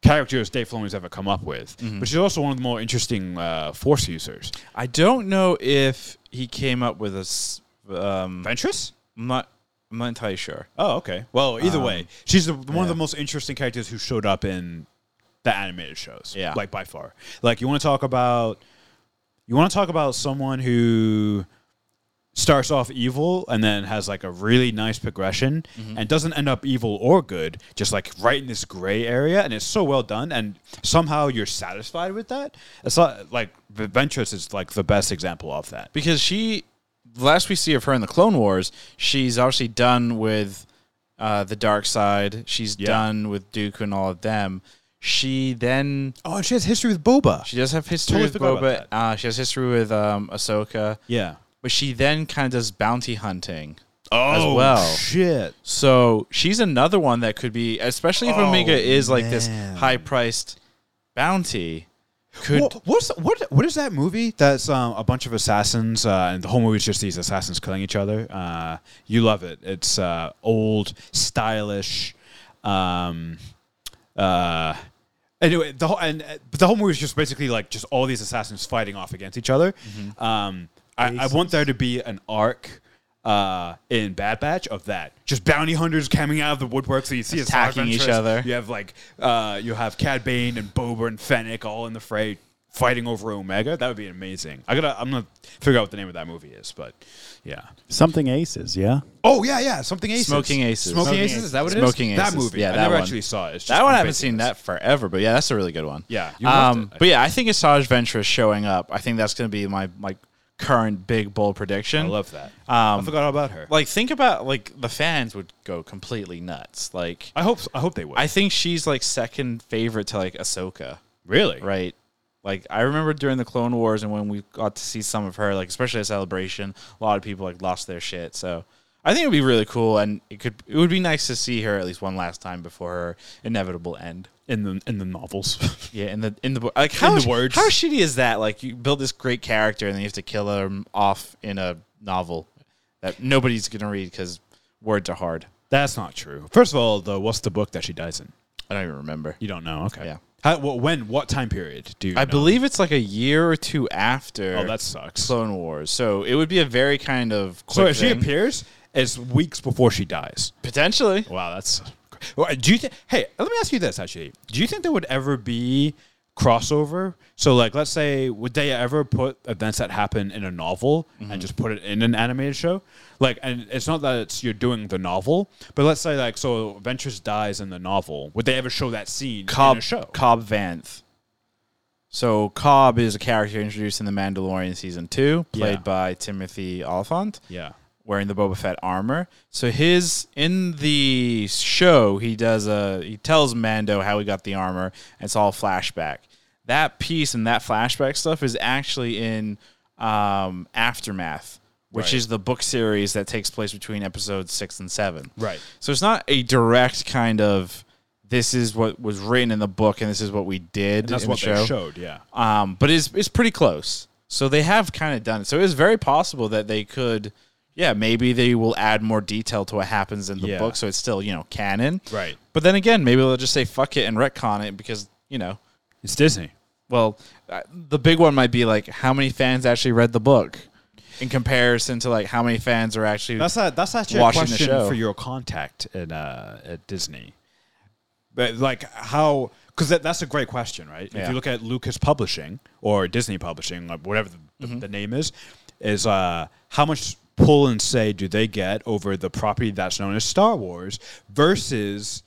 Speaker 2: characters Dave Filoni's ever come up with,
Speaker 1: Mm-hmm.
Speaker 2: but she's also one of the more interesting uh, Force users.
Speaker 1: I don't know if he came up with a. s- Um,
Speaker 2: Ventress.
Speaker 1: I'm not. I'm not entirely sure.
Speaker 2: Oh, okay. Well, either way, she's the, one of the most interesting characters who showed up in the animated shows.
Speaker 1: Yeah.
Speaker 2: like by far. Like you want to talk about, you want to talk about someone who starts off evil and then has like a really nice progression and doesn't end up evil or good, just like right in this gray area, and it's so well done, and somehow you're satisfied with that. It's not like Ventress is like the best example of that.
Speaker 1: because she the last we see of her in the Clone Wars, she's obviously done with uh, the dark side. She's
Speaker 2: Yeah.
Speaker 1: done with Duke and all of them. She then
Speaker 2: Oh, and she has history with Boba.
Speaker 1: she does have history
Speaker 2: Totally
Speaker 1: with
Speaker 2: forgot
Speaker 1: Boba.
Speaker 2: about
Speaker 1: Uh, she has history with um, Ahsoka,
Speaker 2: yeah.
Speaker 1: but she then kind of does bounty hunting.
Speaker 2: Oh,
Speaker 1: well.
Speaker 2: shit.
Speaker 1: So she's another one that could be, especially if Omega is like this
Speaker 2: Oh, man.
Speaker 1: high-priced bounty. Could
Speaker 2: Wha- what's what? What is that movie? That's um, a bunch of assassins, uh, and the whole movie is just these assassins killing each other. Uh, you love it. It's uh, old, stylish. Um, uh, anyway, the whole and uh, but the whole movie is just basically like just all these assassins fighting off against each other. Um, I, I want there to be an arc. Uh, in Bad Batch of that, just bounty hunters coming out of the woodwork, so you see a side
Speaker 1: Attacking each
Speaker 2: ventress,
Speaker 1: other.
Speaker 2: you have like uh, you have Cad Bane and Boba and Fennec all in the fray fighting over Omega. That would be amazing. I gotta I'm gonna figure out what the name of that movie is, but yeah.
Speaker 3: Something aces, yeah.
Speaker 2: Oh yeah, yeah, something aces.
Speaker 1: Smoking Aces.
Speaker 2: Smoking,
Speaker 3: Smoking
Speaker 2: aces. Is that what it is?
Speaker 1: Smoking
Speaker 2: That
Speaker 1: Aces.
Speaker 2: movie.
Speaker 1: Yeah,
Speaker 2: I
Speaker 1: that
Speaker 2: never
Speaker 1: one.
Speaker 2: actually saw it. It's just
Speaker 1: That one I
Speaker 2: on
Speaker 1: haven't
Speaker 2: Facebook.
Speaker 1: seen that forever, but yeah, that's a really good one.
Speaker 2: Yeah, you loved
Speaker 1: Um,
Speaker 2: it, I
Speaker 1: but yeah, I think Asajj Ventress showing up. I think that's going to be my like current big bold prediction.
Speaker 2: I love that. I
Speaker 1: Um,
Speaker 2: forgot all about her.
Speaker 1: like think about like the fans would go completely nuts. Like
Speaker 2: I hope I hope they would.
Speaker 1: I think she's like second favorite to like Ahsoka,
Speaker 2: really?
Speaker 1: right? Like I remember during the Clone Wars and when we got to see some of her, like especially at Celebration, a lot of people like lost their shit. So I think it would be really cool, and it could it would be nice to see her at least one last time before her inevitable end.
Speaker 2: In the in the novels. [LAUGHS]
Speaker 1: Yeah, in the in the bo- like how
Speaker 2: the
Speaker 1: sh-
Speaker 2: words.
Speaker 1: how shitty is that? Like you build this great character and then you have to kill him off in a novel that nobody's gonna read because words are hard.
Speaker 2: That's not true. First of all, though, what's the book that she dies in?
Speaker 1: I don't even remember.
Speaker 2: You don't know. Okay.
Speaker 1: Yeah.
Speaker 2: How, wh- when? What time period do you?
Speaker 1: I
Speaker 2: know?
Speaker 1: believe it's like a year or two after.
Speaker 2: Oh, that sucks.
Speaker 1: Clone Wars. So it would be a very kind of
Speaker 2: So
Speaker 1: quick
Speaker 2: if she
Speaker 1: thing.
Speaker 2: appears, it's weeks before she dies.
Speaker 1: potentially.
Speaker 2: Wow, that's. Well, Do you think? Hey, let me ask you this actually. Do you think there would ever be crossover? So, like, let's say, would they ever put events that happen in a novel and just put it in an animated show? Like, and it's not that it's you're doing the novel, but let's say, like, so Ventress dies in the novel. Would they ever show that scene in
Speaker 1: Cobb
Speaker 2: a show?
Speaker 1: Cobb Vanth. So Cobb is a character introduced in The Mandalorian season two, played
Speaker 2: Yeah.
Speaker 1: by Timothy Oliphant.
Speaker 2: Yeah.
Speaker 1: wearing the Boba Fett armor. So his in the show, he does a he tells Mando how he got the armor. And it's all flashback. That piece and that flashback stuff is actually in um, Aftermath, which
Speaker 2: Right.
Speaker 1: is the book series that takes place between episodes six and seven.
Speaker 2: Right.
Speaker 1: So it's not a direct kind of this is what was written in the book and this is what we did.
Speaker 2: That's
Speaker 1: in
Speaker 2: what
Speaker 1: the
Speaker 2: they showed. Yeah.
Speaker 1: um, but it's it's pretty close. So they have kind of done it. So it's very possible that they could, yeah, maybe they will add more detail to what happens in the
Speaker 2: Yeah.
Speaker 1: book, so it's still you know canon,
Speaker 2: Right.
Speaker 1: But then again, maybe they'll just say fuck it and retcon it because you know,
Speaker 2: It's Disney.
Speaker 1: well, uh, the big one might be like how many fans actually read the book in comparison to like how many fans are actually
Speaker 2: That's a, that's actually a
Speaker 1: watching the
Speaker 2: question
Speaker 1: show.
Speaker 2: for your contact at uh, at Disney. But like how? Because that, that's a great question, right? If
Speaker 1: Yeah.
Speaker 2: you look at Lucas Publishing or Disney Publishing, like whatever the,
Speaker 1: Mm-hmm.
Speaker 2: the name is, is uh, how much pull and say do they get over the property that's known as Star Wars versus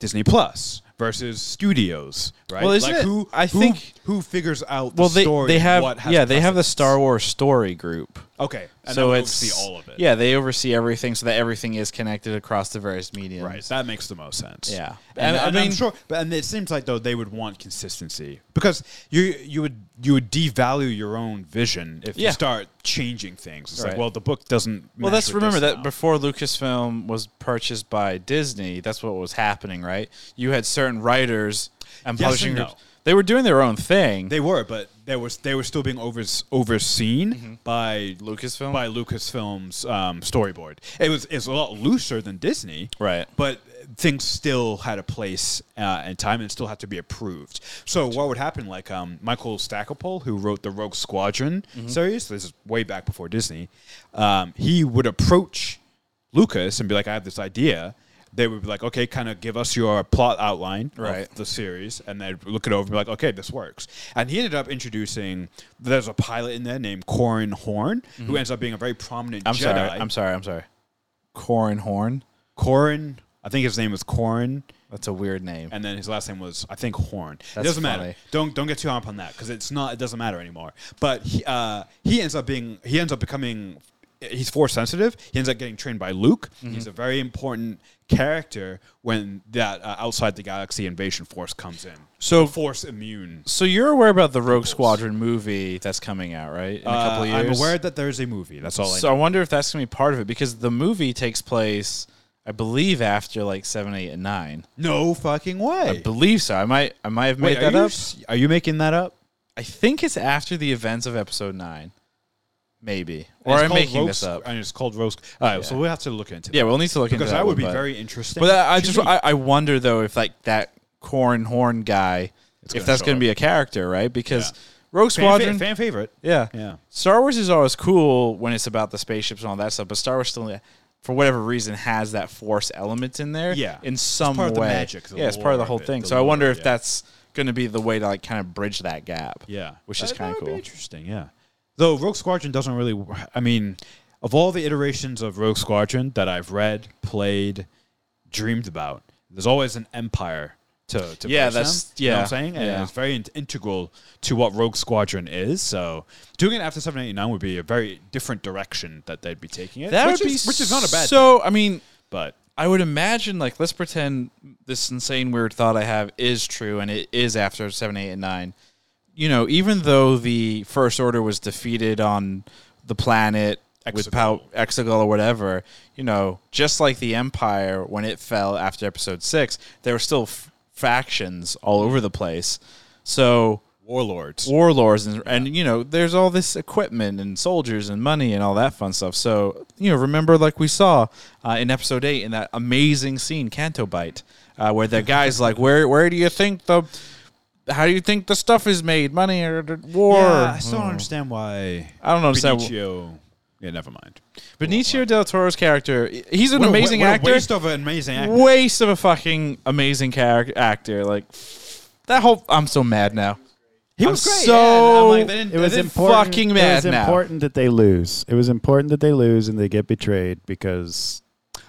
Speaker 2: Disney Plus versus studios, right?
Speaker 1: Well, isn't
Speaker 2: like
Speaker 1: it-
Speaker 2: who
Speaker 1: I
Speaker 2: who-
Speaker 1: think-
Speaker 2: who figures out the
Speaker 1: well they
Speaker 2: story
Speaker 1: they
Speaker 2: and
Speaker 1: have
Speaker 2: what has
Speaker 1: yeah they have the
Speaker 2: precedence?
Speaker 1: Star Wars story group.
Speaker 2: okay and
Speaker 1: so
Speaker 2: they
Speaker 1: it's
Speaker 2: oversee all of it
Speaker 1: Yeah, they oversee everything so that everything is connected across the various mediums.
Speaker 2: Right. That makes the most sense.
Speaker 1: Yeah. And
Speaker 2: And,
Speaker 1: I
Speaker 2: and I'm
Speaker 1: mean-
Speaker 2: sure but and it seems like though they would want consistency because you you would you would devalue your own vision if
Speaker 1: Yeah.
Speaker 2: you start changing things. It's
Speaker 1: Right.
Speaker 2: like, well, the book doesn't
Speaker 1: Well,
Speaker 2: match
Speaker 1: that's
Speaker 2: with
Speaker 1: remember
Speaker 2: this
Speaker 1: that
Speaker 2: now.
Speaker 1: before Lucasfilm was purchased by Disney, that's what was happening, right? You had certain writers and
Speaker 2: Yes and
Speaker 1: publishing
Speaker 2: no.
Speaker 1: groups. They were doing their own thing.
Speaker 2: they were, but they was they were still being over, overseen by
Speaker 1: Mm-hmm. Lucasfilm?
Speaker 2: by Lucasfilm's um, storyboard. It was it's a lot looser than Disney,
Speaker 1: Right.
Speaker 2: But things still had a place uh, and time, and still had to be approved. So what would happen? Like um, Michael Stackpole, who wrote the Rogue Squadron
Speaker 1: Mm-hmm.
Speaker 2: series, this is way back before Disney. Um, he would approach Lucas and be like, "I have this idea." They would be like, "Okay, kind of give us your plot outline, of
Speaker 1: Right.
Speaker 2: the series and they'd look it over and be like, okay, this works. And he ended up introducing there's a pilot in there named Corin Horn, who ends up being a very prominent
Speaker 1: Mm-hmm. I'm
Speaker 2: Jedi.
Speaker 1: sorry. I'm sorry. I'm sorry. Corin Horn.
Speaker 2: Corin, I think his name was Corin,
Speaker 1: That's a weird name.
Speaker 2: and then his last name was I think Horn.
Speaker 1: That's
Speaker 2: it doesn't
Speaker 1: funny.
Speaker 2: matter. Don't don't get too hung up on that because it's not. It doesn't matter anymore. But he uh, he ends up being he ends up becoming he's force sensitive. He ends up getting trained by Luke.
Speaker 1: Mm-hmm.
Speaker 2: He's a very important character when that uh, outside the galaxy invasion force comes in.
Speaker 1: So-
Speaker 2: force immune.
Speaker 1: So you're aware about the Rogue Squadron movie that's coming out, right? In a couple of
Speaker 2: Uh,
Speaker 1: years.
Speaker 2: I'm aware that there's a movie. That's all I know.
Speaker 1: So I wonder if that's gonna be part of it because the movie takes place, I believe, after like seven, eight, and nine.
Speaker 2: No fucking way.
Speaker 1: I believe so. I might, I might have made
Speaker 2: Wait,
Speaker 1: that
Speaker 2: are you
Speaker 1: up.
Speaker 2: s- Are you making that up?
Speaker 1: I think it's after the events of Episode Nine, maybe. Or
Speaker 2: It's
Speaker 1: I'm
Speaker 2: called
Speaker 1: making
Speaker 2: Rogue
Speaker 1: this
Speaker 2: Squ-
Speaker 1: up.
Speaker 2: And it's called Rose. All right, so we'll have to look into that.
Speaker 1: Yeah, we'll need to look
Speaker 2: because
Speaker 1: into that
Speaker 2: that would
Speaker 1: one,
Speaker 2: be
Speaker 1: but-
Speaker 2: very interesting.
Speaker 1: But I, I
Speaker 2: Should
Speaker 1: just,
Speaker 2: we-
Speaker 1: I, I wonder though if like that corn horn guy, if
Speaker 2: gonna
Speaker 1: that's
Speaker 2: show
Speaker 1: going
Speaker 2: up.
Speaker 1: to be a character, right? Because
Speaker 2: Yeah.
Speaker 1: Rogue
Speaker 2: fan,
Speaker 1: Squadron,
Speaker 2: fa- fan favorite.
Speaker 1: yeah,
Speaker 2: Yeah.
Speaker 1: Star Wars is always cool when it's about the spaceships and all that stuff, but Star Wars still, for whatever reason, has that force element in there.
Speaker 2: Yeah.
Speaker 1: in
Speaker 2: It's
Speaker 1: some
Speaker 2: part of the
Speaker 1: way.
Speaker 2: magic, the
Speaker 1: yeah, it's part of
Speaker 2: lore
Speaker 1: the
Speaker 2: of
Speaker 1: whole
Speaker 2: it,
Speaker 1: thing.
Speaker 2: the
Speaker 1: So I wonder
Speaker 2: lore,
Speaker 1: if
Speaker 2: yeah.
Speaker 1: that's going to be the way to like kind of bridge that gap.
Speaker 2: Yeah.
Speaker 1: which is
Speaker 2: That- that
Speaker 1: kind of
Speaker 2: would be
Speaker 1: cool.
Speaker 2: interesting. Yeah. Though Rogue Squadron doesn't really. w- I mean, of all the iterations of Rogue Squadron that I've read, played, dreamed about, there's always an empire. To, to
Speaker 1: Yeah,
Speaker 2: push them,
Speaker 1: that's-
Speaker 2: you know what
Speaker 1: yeah,
Speaker 2: I'm saying, and
Speaker 1: yeah.
Speaker 2: it's very in- integral to what Rogue Squadron is. So doing it after 789 would be a very different direction that they'd be taking it.
Speaker 1: That
Speaker 2: which
Speaker 1: would be
Speaker 2: is, which is not a bad thing,
Speaker 1: So I mean,
Speaker 2: but
Speaker 1: I would imagine, like, let's pretend this insane weird thought I have is true and it is after 7, 8, and 9. You know, even though the First Order was defeated on the planet with Pow- Exegol or whatever, you know, just like the Empire when it fell after episode 6, there were still f- factions all over the place. So
Speaker 2: warlords.
Speaker 1: warlords and, and you know there's all this equipment and soldiers and money and all that fun stuff so you know remember like we saw uh, in episode 8 in that amazing scene canto bite uh, where the guy's like where where do you think the how do you think the stuff is made money or the war Hmm.
Speaker 2: Yeah, I still don't understand why.
Speaker 1: Oh. I don't understand wh-
Speaker 2: Benicio. Yeah, never mind.
Speaker 1: benicio del toro's character i- he's an amazing actor
Speaker 2: Waste of an amazing actor.
Speaker 1: waste of a fucking amazing character actor like that whole i'm so mad now
Speaker 2: He
Speaker 1: I'm
Speaker 2: was great.
Speaker 1: so
Speaker 2: yeah, and I'm like, they didn't-
Speaker 3: It
Speaker 2: they
Speaker 3: was
Speaker 2: didn't
Speaker 3: important.
Speaker 1: fucking
Speaker 3: it
Speaker 1: mad
Speaker 3: was
Speaker 1: now.
Speaker 3: important that they lose. It was important that they lose and they get betrayed because.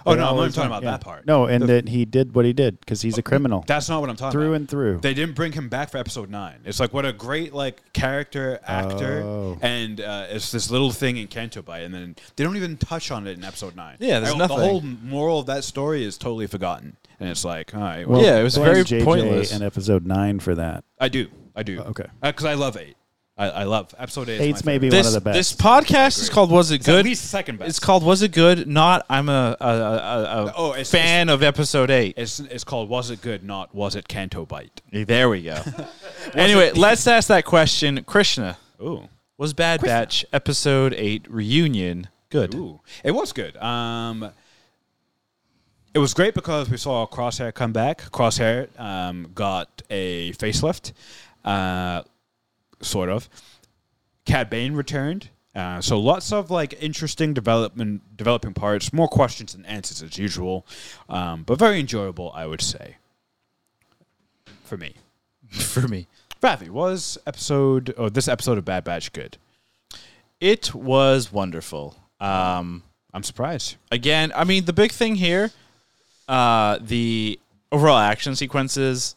Speaker 2: Oh, no,
Speaker 3: they
Speaker 2: I'm not
Speaker 3: always
Speaker 2: talking
Speaker 3: win.
Speaker 2: about that part.
Speaker 3: No, and that he did what he did because he's a criminal
Speaker 2: That's not what I'm talking
Speaker 3: through
Speaker 2: about.
Speaker 3: and through.
Speaker 2: They didn't bring him back for episode nine. It's like what a great like character actor,
Speaker 3: Oh.
Speaker 2: and uh, it's this little thing in Canto Bite, and then they don't even touch on it in episode nine.
Speaker 1: Yeah, there's
Speaker 2: And The
Speaker 1: nothing.
Speaker 2: whole moral of that story is totally forgotten, and it's like, all right, well,
Speaker 3: Well,
Speaker 1: Yeah, it was
Speaker 3: blame
Speaker 1: very
Speaker 3: JJ
Speaker 1: pointless.
Speaker 3: in episode nine for that.
Speaker 2: I do, I do,
Speaker 3: okay.
Speaker 2: because I love eight. I, I love episode eight. is my
Speaker 3: Eight's maybe
Speaker 1: this,
Speaker 3: one of the best.
Speaker 1: this podcast is called was it
Speaker 2: favorite.
Speaker 1: good
Speaker 2: At least second best.
Speaker 1: It's called Was It Good? Not I'm a, a, a, a
Speaker 2: Oh, it's-
Speaker 1: fan of episode eight.
Speaker 2: It's, it's called Was It Good? Not Was It Canto Bite?
Speaker 1: there we go. anyway, let's ask that question. Krishna,
Speaker 2: [LAUGHS] Ooh.
Speaker 1: was Bad Batch episode eight reunion good?
Speaker 2: Ooh. It was good. Um, it was great because we saw Crosshair come back. Crosshair um, got a facelift, uh, sort of. Cad Bane returned. Uh, so lots of like interesting development, developing parts, more questions than answers as usual, um, but very enjoyable, I would say. For me,
Speaker 1: [LAUGHS] For me,
Speaker 2: Ravi was episode or this episode of Bad Batch good.
Speaker 1: it was wonderful. Um,
Speaker 2: I'm surprised.
Speaker 1: again, I mean, the big thing here, uh, the overall action sequences,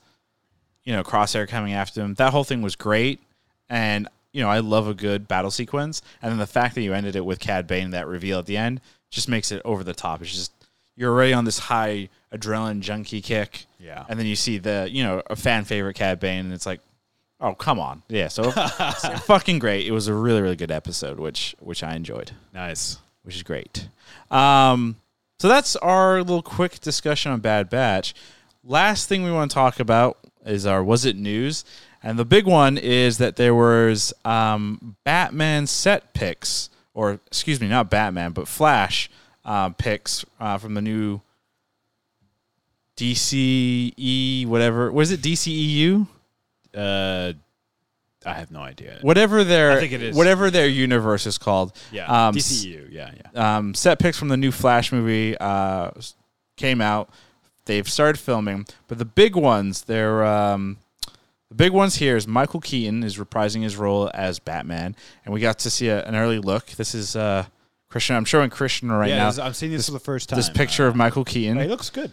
Speaker 1: you know, Crosshair coming after him, that whole thing was great. And, you know, I love a good battle sequence. And then the fact that you ended it with Cad Bane, that reveal at the end, just makes it over the top. It's just, you're already on this high adrenaline junkie kick.
Speaker 2: Yeah.
Speaker 1: And then you see the, you know, a fan favorite Cad Bane, and it's like, oh, come on. Yeah. So, so fucking great. It was a really, really good episode, which, which I enjoyed
Speaker 2: Nice.
Speaker 1: which is great. Um, so that's our little quick discussion on Bad Batch. Last thing we want to talk about is our was it news, and the big one is that there was um, Batman set picks, or excuse me, not Batman, but Flash uh, picks uh, from the new DCE E, whatever. Was it E DCEU?
Speaker 2: Uh, I have no idea.
Speaker 1: Whatever their
Speaker 2: I think it is.
Speaker 1: whatever their universe is called.
Speaker 2: Yeah, E
Speaker 1: Um,
Speaker 2: DCU. Yeah, yeah.
Speaker 1: um, set pics from the new Flash movie uh, s- came out. They've started filming, but the big ones, they're um, the big ones here is Michael Keaton is reprising his role as Batman, and we got to see a, an early look. This is uh, Christian. I'm showing Christian right
Speaker 2: yeah,
Speaker 1: now.
Speaker 2: this- I've seen this, for the first time.
Speaker 1: This picture of Michael
Speaker 2: Uh, he
Speaker 1: Keaton,
Speaker 2: looks good.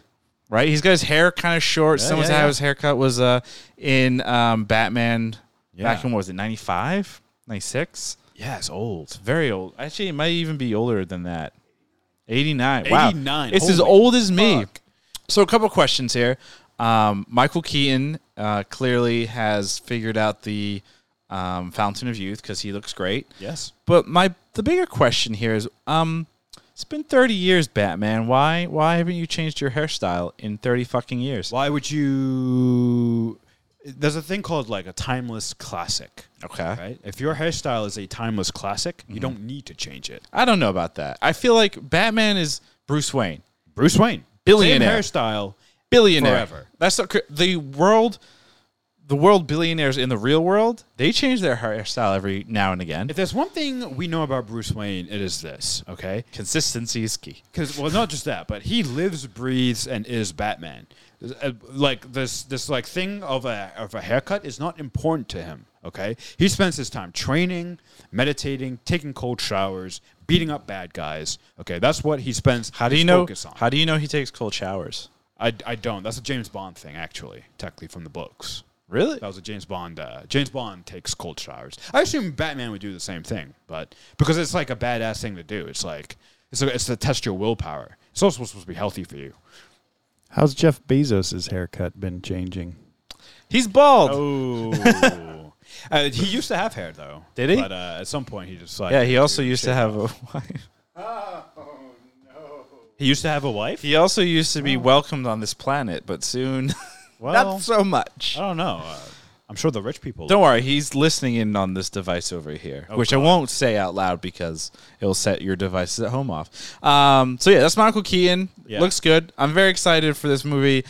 Speaker 1: right? He's got his hair kind of short.
Speaker 2: Yeah,
Speaker 1: Someone's
Speaker 2: yeah,
Speaker 1: how
Speaker 2: yeah.
Speaker 1: his haircut was uh, in um, Batman
Speaker 2: Yeah.
Speaker 1: back in what was it, 95, 96?
Speaker 2: Yeah, it's old.
Speaker 1: Very old. Actually, it might even be older than that. 89. Wow.
Speaker 2: 89.
Speaker 1: It's as
Speaker 2: Holy
Speaker 1: old as me.
Speaker 2: fuck.
Speaker 1: So, a couple questions here. Um, Michael Keaton uh, clearly has figured out the um, Fountain of Youth because he looks great.
Speaker 2: Yes.
Speaker 1: But my the bigger question here is, um, it's been 30 years, Batman. Why why haven't you changed your hairstyle in 30 fucking years?
Speaker 2: Why would you? There's a thing called like a timeless classic.
Speaker 1: Okay. Mm-hmm.
Speaker 2: Right. If your hairstyle is a timeless classic, you don't need to change it.
Speaker 1: I don't know about that. I feel like Batman is Bruce Wayne,
Speaker 2: Bruce Wayne,
Speaker 1: Billionaire.
Speaker 2: same hairstyle.
Speaker 1: billionaire.
Speaker 2: Forever.
Speaker 1: That's so cr- the world. The world billionaires in the real world they change their hairstyle every now and again.
Speaker 2: If there's one thing we know about Bruce Wayne, it is this. Okay.
Speaker 1: Consistency is key.
Speaker 2: because well, not just that, but he lives, breathes, and is Batman. Uh, Like this, this like thing of a of a haircut is not important to him. Okay, he spends his time training, meditating, taking cold showers, beating up bad guys. Okay, that's what he spends.
Speaker 1: How do
Speaker 2: his
Speaker 1: you know?
Speaker 2: Focus on.
Speaker 1: How do you know he takes cold showers?
Speaker 2: I, I don't. That's a James Bond thing, actually, technically from the books.
Speaker 1: Really?
Speaker 2: That was a James Bond. Uh, James Bond takes cold showers. I assume Batman would do the same thing, but because it's like a badass thing to do, it's like it's a, it's to test your willpower. It's also supposed to be healthy for you.
Speaker 3: How's Jeff Bezos' haircut been changing?
Speaker 1: He's bald.
Speaker 2: Oh, uh, [LAUGHS] he used to have hair though.
Speaker 1: Did he?
Speaker 2: But uh, at some point, he just like
Speaker 1: yeah. He also used to have a wife.
Speaker 2: he used to have a wife.
Speaker 1: He also used to be welcomed on this planet, but soon, [LAUGHS]
Speaker 2: Well,
Speaker 1: not so much.
Speaker 2: I don't know. Uh, I'm sure the rich people.
Speaker 1: Don't worry, he's listening in on this device over here,
Speaker 2: Oh,
Speaker 1: which I won't say out loud because it'll set your devices at home off. Um, so yeah, that's Michael Keaton.
Speaker 2: Yeah.
Speaker 1: Looks good. I'm very excited for this movie.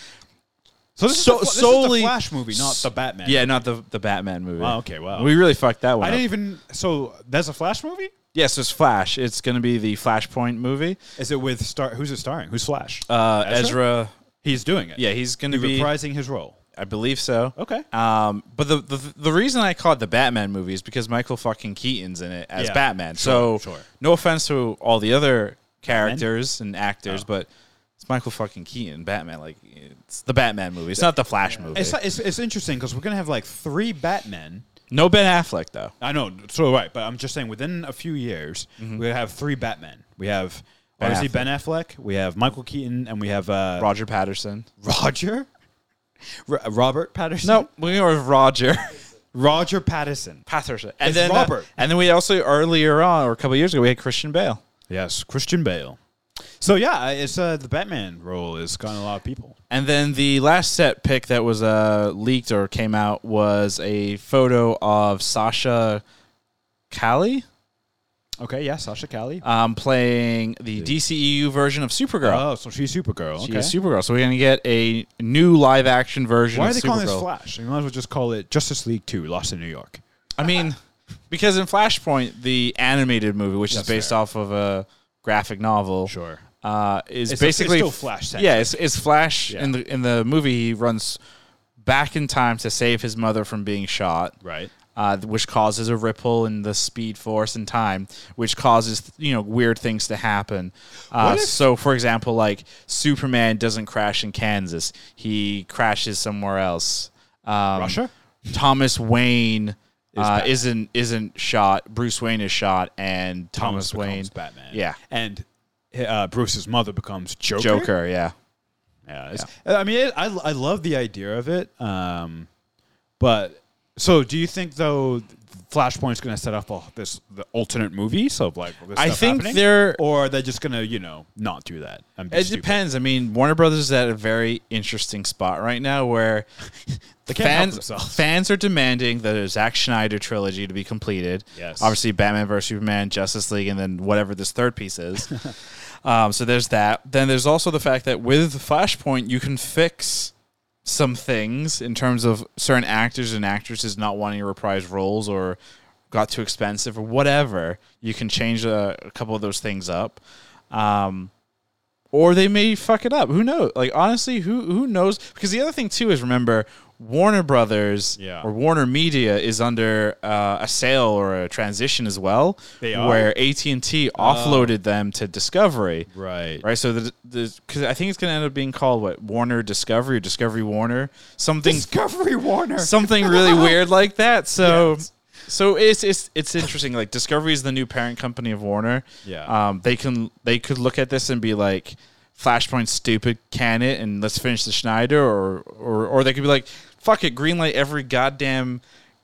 Speaker 2: so this,
Speaker 1: so-
Speaker 2: is the, fl-
Speaker 1: solely-
Speaker 2: this is the Flash movie, not the Batman.
Speaker 1: Yeah, not the the Batman movie.
Speaker 2: Wow, okay, wow.
Speaker 1: We really fucked that one.
Speaker 2: I
Speaker 1: up.
Speaker 2: didn't even. So there's a Flash movie.
Speaker 1: Yes, it's Flash. It's going to be the Flashpoint movie.
Speaker 2: Is it with star? Who's it starring? Who's Flash?
Speaker 1: Uh, Ezra?
Speaker 2: Ezra? He's doing it.
Speaker 1: Yeah, he's going to be.
Speaker 2: he's reprising his role.
Speaker 1: I believe so.
Speaker 2: Okay.
Speaker 1: Um, but the, the the reason I call it the Batman movie is because Michael fucking Keaton's in it as
Speaker 2: Yeah,
Speaker 1: Batman.
Speaker 2: sure,
Speaker 1: so
Speaker 2: sure.
Speaker 1: no offense to all the other characters and actors,
Speaker 2: Oh.
Speaker 1: but it's Michael fucking Keaton, Batman. Like it's the Batman movie. It's not the Flash movie.
Speaker 2: It's, it's, it's interesting because we're gonna have like three Batmen.
Speaker 1: no Ben Affleck though.
Speaker 2: I know, so right, but I'm just saying within a few years we're gonna have three Batmen. We have
Speaker 1: Ben
Speaker 2: obviously
Speaker 1: Affleck.
Speaker 2: Mm-hmm. Ben Affleck, we have Michael Keaton, and we have uh,
Speaker 1: Roger Patterson.
Speaker 2: Roger, R- Robert Patterson.
Speaker 1: No, we are Roger
Speaker 2: Roger Patterson.
Speaker 1: Patterson, and
Speaker 2: It's
Speaker 1: then uh,
Speaker 2: Robert.
Speaker 1: and then we also earlier on, or a couple years ago, we had Christian Bale.
Speaker 2: Yes, Christian Bale. So yeah, I- it's uh, the Batman role has gotten a lot of people.
Speaker 1: And then the last set pick that was uh, leaked or came out was a photo of Sasha Kali
Speaker 2: Okay, yeah, Sasha Cali.
Speaker 1: um, playing the DCEU version of Supergirl.
Speaker 2: Oh, so she's Supergirl.
Speaker 1: She
Speaker 2: okay.
Speaker 1: is Supergirl. So we're going to get a new live action version of
Speaker 2: Why are they calling this
Speaker 1: Supergirl.
Speaker 2: Flash? You might as well just call it Justice League Two: Lost in New York.
Speaker 1: I
Speaker 2: [LAUGHS]
Speaker 1: mean, because in Flashpoint, the animated movie, which is
Speaker 2: That's
Speaker 1: based
Speaker 2: fair.
Speaker 1: off of a graphic novel.
Speaker 2: Sure.
Speaker 1: Uh, is
Speaker 2: It's- it's
Speaker 1: basically
Speaker 2: still Flash,
Speaker 1: Yeah, it's, it's Flash
Speaker 2: Yeah.
Speaker 1: in the in the movie. He runs back in time to save his mother from being shot.
Speaker 2: Right.
Speaker 1: uh, th- which causes a ripple in the speed force and time, which causes you know weird things to happen. Uh,
Speaker 2: What if-
Speaker 1: so, for example, like Superman doesn't crash in Kansas; he crashes somewhere else. Um,
Speaker 2: Russia?
Speaker 1: Thomas Wayne uh,
Speaker 2: Batman.
Speaker 1: isn't isn't shot. Bruce Wayne is shot, and Thomas,
Speaker 2: Thomas
Speaker 1: Wayne
Speaker 2: becomes Batman.
Speaker 1: Yeah,
Speaker 2: and uh, Bruce's mother becomes Joker.
Speaker 1: Joker. Yeah,
Speaker 2: Yeah, it's- I mean, it, I I love the idea of it. Um, but so do you think though, Flashpoint's going to set up all this the alternate movies of like all this
Speaker 1: I
Speaker 2: stuff
Speaker 1: think
Speaker 2: happening?
Speaker 1: they're-
Speaker 2: or they're just going to you know not do that. I'm
Speaker 1: it depends. I mean, Warner Brothers is at a very interesting spot right now where the
Speaker 2: can't help
Speaker 1: fans
Speaker 2: themselves. [LAUGHS]
Speaker 1: fans are demanding the Zack Schneider trilogy to be completed.
Speaker 2: Yes.
Speaker 1: obviously Batman vs Superman, Justice League, and then whatever this third piece
Speaker 2: [LAUGHS]
Speaker 1: is. um, so there's that. Then there's also the fact that with Flashpoint, you can fix some things in terms of certain actors and actresses not wanting to reprise roles or got too expensive or whatever. You can change a, a couple of those things up. Um, or they may fuck it up. Who knows? Like honestly, who who knows? Because the other thing too is remember Warner Brothers
Speaker 2: Yeah.
Speaker 1: or Warner Media is under uh, a sale or a transition as well,
Speaker 2: They are? Oh.
Speaker 1: where AT and T offloaded them to Discovery.
Speaker 2: Right.
Speaker 1: Right, so the because I think it's gonna end up being called what Warner Discovery or Discovery Warner something
Speaker 2: Discovery Warner.
Speaker 1: something really weird like that. So So it's it's it's interesting. Like Discovery is the new parent company of Warner.
Speaker 2: Yeah.
Speaker 1: Um. They can they could look at this and be like, Flashpoint stupid, can it? And let's finish the Schneider, or or or they could be like, fuck it, greenlight every goddamn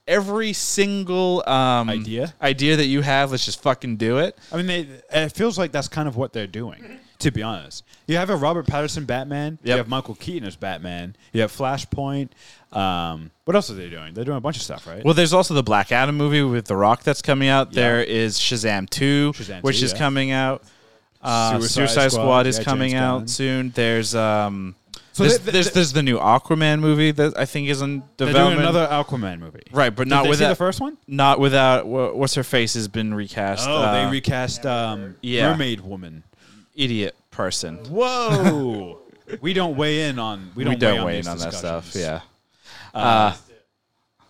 Speaker 1: every single um
Speaker 2: Idea?
Speaker 1: idea that you have. Let's just fucking do it.
Speaker 2: I mean, they, it feels like that's kind of what they're doing, to be honest. You have a Robert Patterson Batman. You
Speaker 1: Yep.
Speaker 2: have Michael Keaton as Batman. You have Flashpoint. Um, what else are they doing? They're doing a bunch of stuff, right?
Speaker 1: Well, there's also the Black Adam movie with The Rock that's coming out. There is Shazam 2,
Speaker 2: Shazam
Speaker 1: which
Speaker 2: 2,
Speaker 1: is
Speaker 2: yeah.
Speaker 1: coming out. Uh,
Speaker 2: Suicide
Speaker 1: Suicide, Squad,
Speaker 2: Squad,
Speaker 1: is
Speaker 2: yeah,
Speaker 1: coming
Speaker 2: James
Speaker 1: out
Speaker 2: Gunn.
Speaker 1: soon. There's um,
Speaker 2: So
Speaker 1: there's,
Speaker 2: they- they-
Speaker 1: there's, there's the new Aquaman movie that I think is in
Speaker 2: they're doing
Speaker 1: development.
Speaker 2: another Aquaman movie.
Speaker 1: right, but
Speaker 2: Did
Speaker 1: not
Speaker 2: they see
Speaker 1: without
Speaker 2: the first one?
Speaker 1: Not without wha- what's her face has been recast.
Speaker 2: Oh,
Speaker 1: uh,
Speaker 2: they recast um,
Speaker 1: Yeah.
Speaker 2: Mermaid Woman.
Speaker 1: idiot person.
Speaker 2: Whoa. we don't weigh in on we don't,
Speaker 1: we don't
Speaker 2: weigh,
Speaker 1: weigh
Speaker 2: on,
Speaker 1: in on
Speaker 2: these
Speaker 1: that stuff.
Speaker 2: discussions.
Speaker 1: Yeah.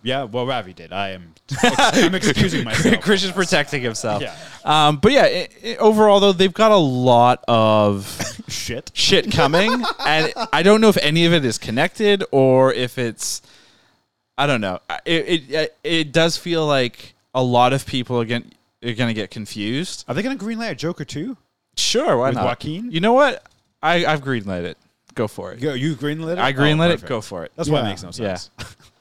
Speaker 2: Yeah, well Ravi did. I am I'm
Speaker 1: [LAUGHS]
Speaker 2: excusing myself.
Speaker 1: Christian's protecting himself.
Speaker 2: Yeah.
Speaker 1: Um, but yeah, i i overall though, they've got a lot
Speaker 2: [LAUGHS]
Speaker 1: of
Speaker 2: Shit.
Speaker 1: shit coming, and I don't know if any of it is connected or if it's, I don't know. I- It it it does feel like a lot of people are going are going to get confused.
Speaker 2: Are they gonna greenlight a Joker too?
Speaker 1: Sure, why
Speaker 2: With
Speaker 1: not?
Speaker 2: Joaquin?
Speaker 1: you know what? I I've greenlit it. Go for it.
Speaker 2: Yo, you greenlit it?
Speaker 1: I greenlit it.
Speaker 2: Oh, perfect.
Speaker 1: Go for it.
Speaker 2: That's why it
Speaker 3: Yeah.
Speaker 2: makes no
Speaker 1: Yeah.
Speaker 2: sense.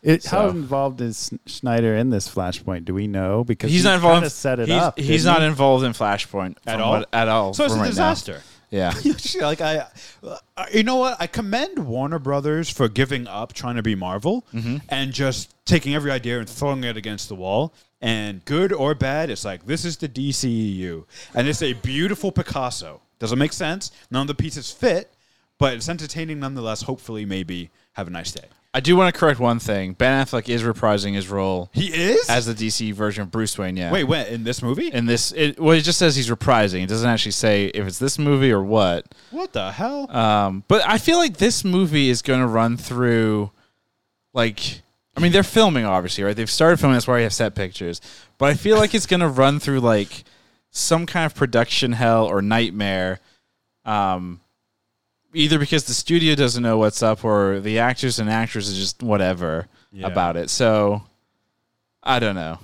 Speaker 3: It, How
Speaker 1: So-
Speaker 3: involved is Schneider in this Flashpoint? Do we know? Because
Speaker 1: He's
Speaker 3: he
Speaker 1: not
Speaker 3: kinda
Speaker 1: involved.
Speaker 3: Set it
Speaker 1: he's
Speaker 3: up.
Speaker 1: he's
Speaker 3: didn't
Speaker 1: not involved in Flashpoint
Speaker 2: At
Speaker 1: from
Speaker 2: all?
Speaker 1: what- at all.
Speaker 2: So it's
Speaker 1: from
Speaker 2: a
Speaker 1: right now.
Speaker 2: [LAUGHS] disaster.
Speaker 1: Yeah.
Speaker 2: like I, uh, you know what? I commend Warner Brothers for giving up trying to be Marvel
Speaker 1: Mm-hmm.
Speaker 2: and just taking every idea and throwing it against the wall. And good or bad, it's like this is the DCEU, and it's a beautiful Picasso. Doesn't make sense. None of the pieces fit, but it's entertaining nonetheless. Hopefully, maybe have a nice day.
Speaker 1: I do want to correct one thing. Ben Affleck is reprising his role
Speaker 2: He is.
Speaker 1: as the DC version of Bruce Wayne. Yeah.
Speaker 2: Wait, when in this movie?
Speaker 1: And this, it, well, it just says he's reprising. It doesn't actually say if it's this movie or what.
Speaker 2: what the hell?
Speaker 1: Um, but I feel like this movie is going to run through, like, I mean, they're filming obviously, right? They've started filming. That's why we have set pictures. But I feel like it's going to run through like some kind of production hell or nightmare. Um, either because the studio doesn't know what's up, or the actors and actresses just whatever
Speaker 2: Yeah.
Speaker 1: about it. So I don't know.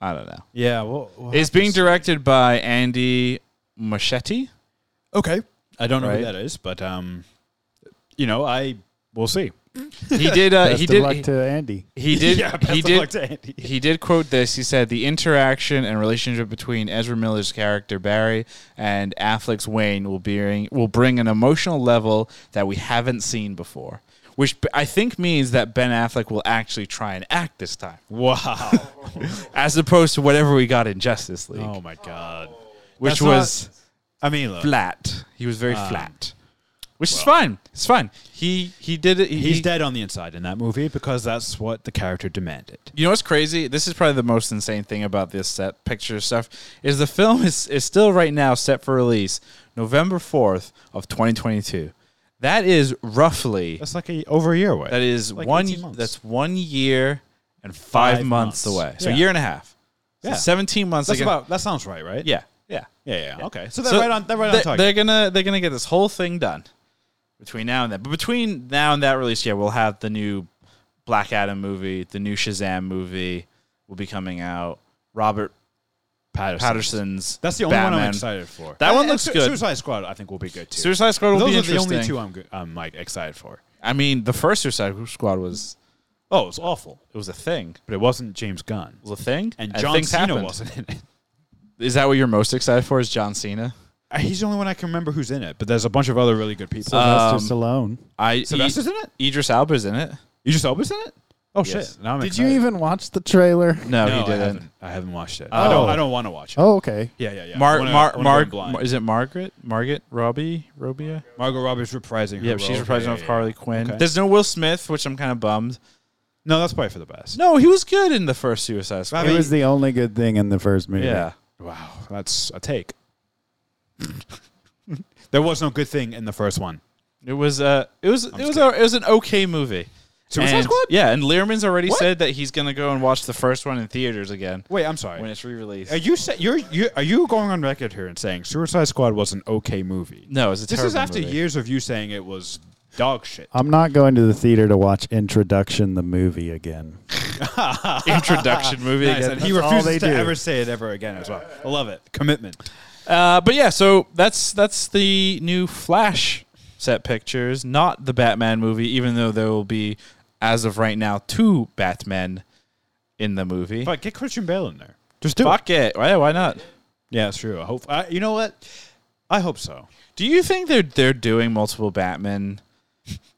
Speaker 1: I don't know.
Speaker 2: yeah. Well, we'll
Speaker 1: It's
Speaker 2: have to
Speaker 1: being
Speaker 2: see.
Speaker 1: directed by Andy Machete.
Speaker 2: okay. I don't know
Speaker 1: Right.
Speaker 2: who that is, but um, you know, I we'll see. [LAUGHS]
Speaker 1: He did. Uh,
Speaker 3: Best
Speaker 1: he
Speaker 3: of
Speaker 1: did.
Speaker 3: luck
Speaker 1: he- Um,
Speaker 3: to Andy.
Speaker 1: He did.
Speaker 2: Yeah, best
Speaker 1: he
Speaker 2: of
Speaker 1: did.
Speaker 2: luck to Andy.
Speaker 1: He did quote this. He said the interaction and relationship between Ezra Miller's character Barry and Affleck's Wayne will bring will bring an emotional level that we haven't seen before, which b- I think means that Ben Affleck will actually try and act this time,
Speaker 2: Wow. [LAUGHS]
Speaker 1: as opposed to whatever we got in Justice League,
Speaker 2: oh my god.
Speaker 1: which
Speaker 2: That's Ah.
Speaker 1: was
Speaker 2: not- I mean, look,
Speaker 1: flat. He was very flat, which is fine. It's fine. He he did it. He,
Speaker 2: he's
Speaker 1: he-
Speaker 2: dead on the inside in that movie because that's what the character demanded.
Speaker 1: You know what's crazy? This is probably the most insane thing about this set picture stuff is the film is, is still right now set for release November fourth of twenty twenty two. That is roughly
Speaker 2: That's like a, over a year away.
Speaker 1: that is
Speaker 2: like
Speaker 1: one
Speaker 2: 18 months.
Speaker 1: that's one year and five,
Speaker 2: Five
Speaker 1: months,
Speaker 2: months.
Speaker 1: away. So a
Speaker 2: Yeah.
Speaker 1: year and a half. So
Speaker 2: Yeah.
Speaker 1: seventeen months.
Speaker 2: That's
Speaker 1: like a-
Speaker 2: about. That sounds right, right?
Speaker 1: yeah, yeah.
Speaker 2: Yeah. Yeah. Okay. So they're
Speaker 1: So
Speaker 2: right on. They're right
Speaker 1: they-
Speaker 2: on target.
Speaker 1: They're gonna they're gonna get this whole thing done between now and then. But between now and that release, yeah, we'll have the new Black Adam movie, the new Shazam movie will be coming out. Robert
Speaker 2: Patterson.
Speaker 1: Patterson's.
Speaker 2: That's the only one I'm
Speaker 1: Batman.
Speaker 2: excited for.
Speaker 1: That one
Speaker 2: And
Speaker 1: looks
Speaker 2: Su-
Speaker 1: good.
Speaker 2: Suicide Squad, I think, will be good too.
Speaker 1: Suicide Squad will
Speaker 2: Those
Speaker 1: be
Speaker 2: are the
Speaker 1: interesting.
Speaker 2: only two I'm good, I'm like excited for.
Speaker 1: I mean, the first Suicide Squad was
Speaker 2: Oh, it's awful,
Speaker 1: it was a thing.
Speaker 2: but it wasn't James Gunn
Speaker 1: It was a thing.
Speaker 2: and John
Speaker 1: things
Speaker 2: Cena
Speaker 1: happened.
Speaker 2: wasn't in it.
Speaker 1: Is that what you're most excited for? Is John Cena?
Speaker 2: He's the only one I can remember who's in it, but there's a bunch of other really good people.
Speaker 3: Sylvester Stallone.
Speaker 1: I E-
Speaker 2: Sylvester's in it?
Speaker 1: Idris Alba's in it.
Speaker 2: You just Elvis in it? Oh
Speaker 1: Yes.
Speaker 2: shit! Now I'm
Speaker 3: Did
Speaker 2: excited.
Speaker 3: you even watch the trailer?
Speaker 1: No,
Speaker 2: No,
Speaker 1: he
Speaker 2: I
Speaker 1: didn't.
Speaker 2: haven't, I haven't watched it. I don't. I don't want to watch it.
Speaker 3: Oh, okay.
Speaker 2: Yeah, yeah, yeah.
Speaker 1: Mar-
Speaker 2: Wanna-
Speaker 1: Mar-
Speaker 2: wanna go
Speaker 1: Mar-
Speaker 2: in blind.
Speaker 1: Mar- is it Margaret? Margaret Robbie? Robia?
Speaker 2: Margot Robbie's reprising. her
Speaker 1: Yeah, she's
Speaker 2: role.
Speaker 1: reprising
Speaker 2: Yeah,
Speaker 1: of
Speaker 2: yeah,
Speaker 1: Harley
Speaker 2: yeah.
Speaker 1: Quinn.
Speaker 2: Okay.
Speaker 1: There's no Will Smith, which I'm kind of bummed.
Speaker 2: No, that's probably for the best.
Speaker 1: No, he was good in the first Suicide Squad.
Speaker 2: I
Speaker 3: it
Speaker 2: mean-
Speaker 3: was the only good thing in the first movie.
Speaker 1: yeah.
Speaker 2: Wow, that's a take. there was no good thing in the first one.
Speaker 1: It was uh, it was it was
Speaker 2: just
Speaker 1: a, it was an okay movie.
Speaker 2: Suicide
Speaker 1: And-
Speaker 2: Squad?
Speaker 1: Yeah, and Learman's already
Speaker 2: What?
Speaker 1: said that he's gonna go and watch the first one in theaters again
Speaker 2: Wait, I'm sorry.
Speaker 1: when it's re-released.
Speaker 2: Are you sa- you're you are you going on record here and saying Suicide Squad was an okay movie?
Speaker 1: no, it's a
Speaker 2: This
Speaker 1: terrible
Speaker 2: is after
Speaker 1: movie.
Speaker 2: years of you saying it was dog shit.
Speaker 3: I'm not going to the theater to watch Introduction the movie again.
Speaker 1: [LAUGHS] introduction movie
Speaker 2: Nice,
Speaker 1: again.
Speaker 2: and he
Speaker 3: That's all
Speaker 2: refuses
Speaker 3: they
Speaker 2: to
Speaker 3: do.
Speaker 2: ever say it ever again as well. I love it. Commitment.
Speaker 1: Uh, but yeah, so that's that's the new Flash set pictures, not the Batman movie, even though there will be, as of right now, two Batmen in the movie.
Speaker 2: But get Christian Bale in there. Just do
Speaker 1: Fuck it, why, why not?
Speaker 2: Yeah, it's true. I hope. I, you know what? I hope so.
Speaker 1: Do you think they're they're doing multiple Batman?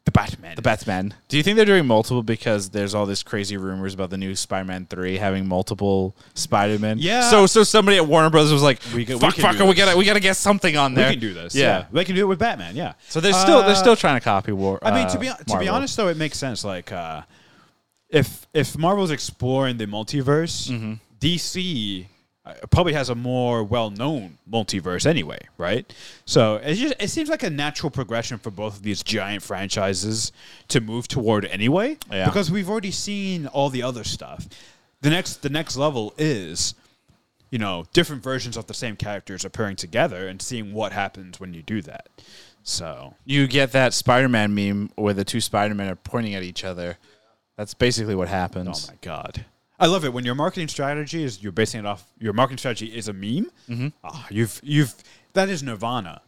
Speaker 2: The Batman.
Speaker 1: The Batman. Do you think they're doing multiple because there's all this crazy rumors about the new Spider-Man three having multiple Spider-Man?
Speaker 2: Yeah.
Speaker 1: So so somebody at Warner Brothers was like,
Speaker 2: We can- we
Speaker 1: "Fuck,
Speaker 2: can
Speaker 1: fucker,
Speaker 2: do
Speaker 1: we
Speaker 2: this.
Speaker 1: gotta we gotta get something on
Speaker 2: We
Speaker 1: there."
Speaker 2: can do this.
Speaker 1: Yeah.
Speaker 2: they can do it with Batman. Yeah.
Speaker 1: So they're still
Speaker 2: Uh,
Speaker 1: they're still trying to copy War.
Speaker 2: I mean, to
Speaker 1: uh,
Speaker 2: be to be
Speaker 1: Marvel.
Speaker 2: honest though, it makes sense. Like, uh, if if Marvel's exploring the multiverse,
Speaker 1: Mm-hmm.
Speaker 2: DC uh, probably has a more well-known multiverse anyway, right? So it just it seems like a natural progression for both of these giant franchises to move toward anyway,
Speaker 1: Yeah.
Speaker 2: because we've already seen all the other stuff. The next the next level is. You know, different versions of the same characters appearing together and seeing what happens when you do that. So
Speaker 1: you get that Spider-Man meme where the two Spider-Men are pointing at each other. That's basically what happens.
Speaker 2: Oh my god. I love it when your marketing strategy is you're basing it off your marketing strategy is a meme. Mm-hmm. you've you've that is nirvana.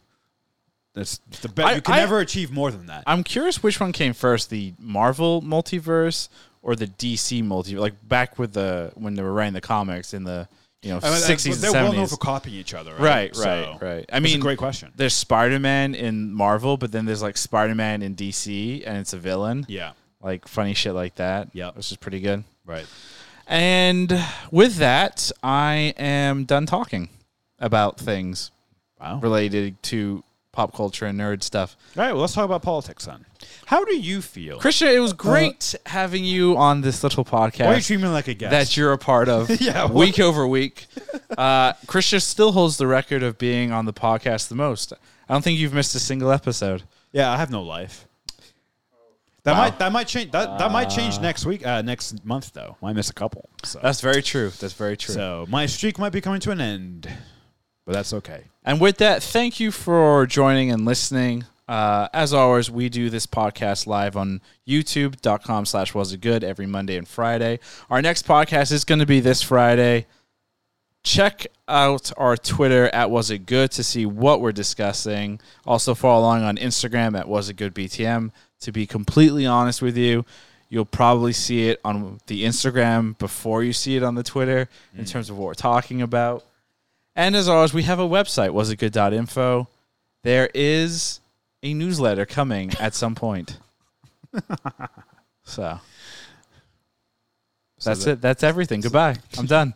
Speaker 2: That's the best.
Speaker 1: I-
Speaker 2: You can
Speaker 1: I-
Speaker 2: never achieve more than that.
Speaker 1: I'm curious which one came first, the Marvel multiverse or the DC multiverse, like back with the when they were writing the comics in the you know
Speaker 2: I mean,
Speaker 1: 60s and
Speaker 2: they're well known
Speaker 1: 70s.
Speaker 2: for copying each other.
Speaker 1: right, right,
Speaker 2: Right, So,
Speaker 1: right. I
Speaker 2: it's
Speaker 1: mean,
Speaker 2: a great question.
Speaker 1: There's Spider-Man in Marvel, but then there's like Spider-Man in DC, and it's a villain.
Speaker 2: Yeah,
Speaker 1: like funny shit like that.
Speaker 2: Yep.
Speaker 1: which is pretty good.
Speaker 2: right.
Speaker 1: And with that, I am done talking about things
Speaker 2: Wow. All
Speaker 1: related to pop culture and nerd stuff.
Speaker 2: right, well, let's talk about politics then. How do you feel?
Speaker 1: Christian, it was great having you on this little
Speaker 2: Uh, Why are you
Speaker 1: podcast
Speaker 2: treating me like a guest?
Speaker 1: that you're a part of
Speaker 2: [LAUGHS] Yeah, what-
Speaker 1: week over
Speaker 2: [LAUGHS]
Speaker 1: week. Uh, Christian still holds the record of being on the podcast the most. I don't think you've missed a single episode.
Speaker 2: yeah, I have no life. That might that might change that, that might change next week uh, next month though. Might miss a couple. So.
Speaker 1: That's very true. That's very true.
Speaker 2: So my streak might be coming to an end, but that's okay.
Speaker 1: And with that, thank you for joining and listening. Uh, as always, we do this podcast live on youtube.com slash was it good every Monday and Friday. Our next podcast is going to be this Friday. Check out our Twitter at was it good to see what we're discussing. Also follow along on Instagram at was it good BTM. To be completely honest with you, you'll probably see it on the Instagram before you see it on the Twitter in terms of what we're talking about. And as always, we have a website, wasitgood.info. There is a newsletter coming at some point. [LAUGHS] so that's it. That's everything. Goodbye. I'm done.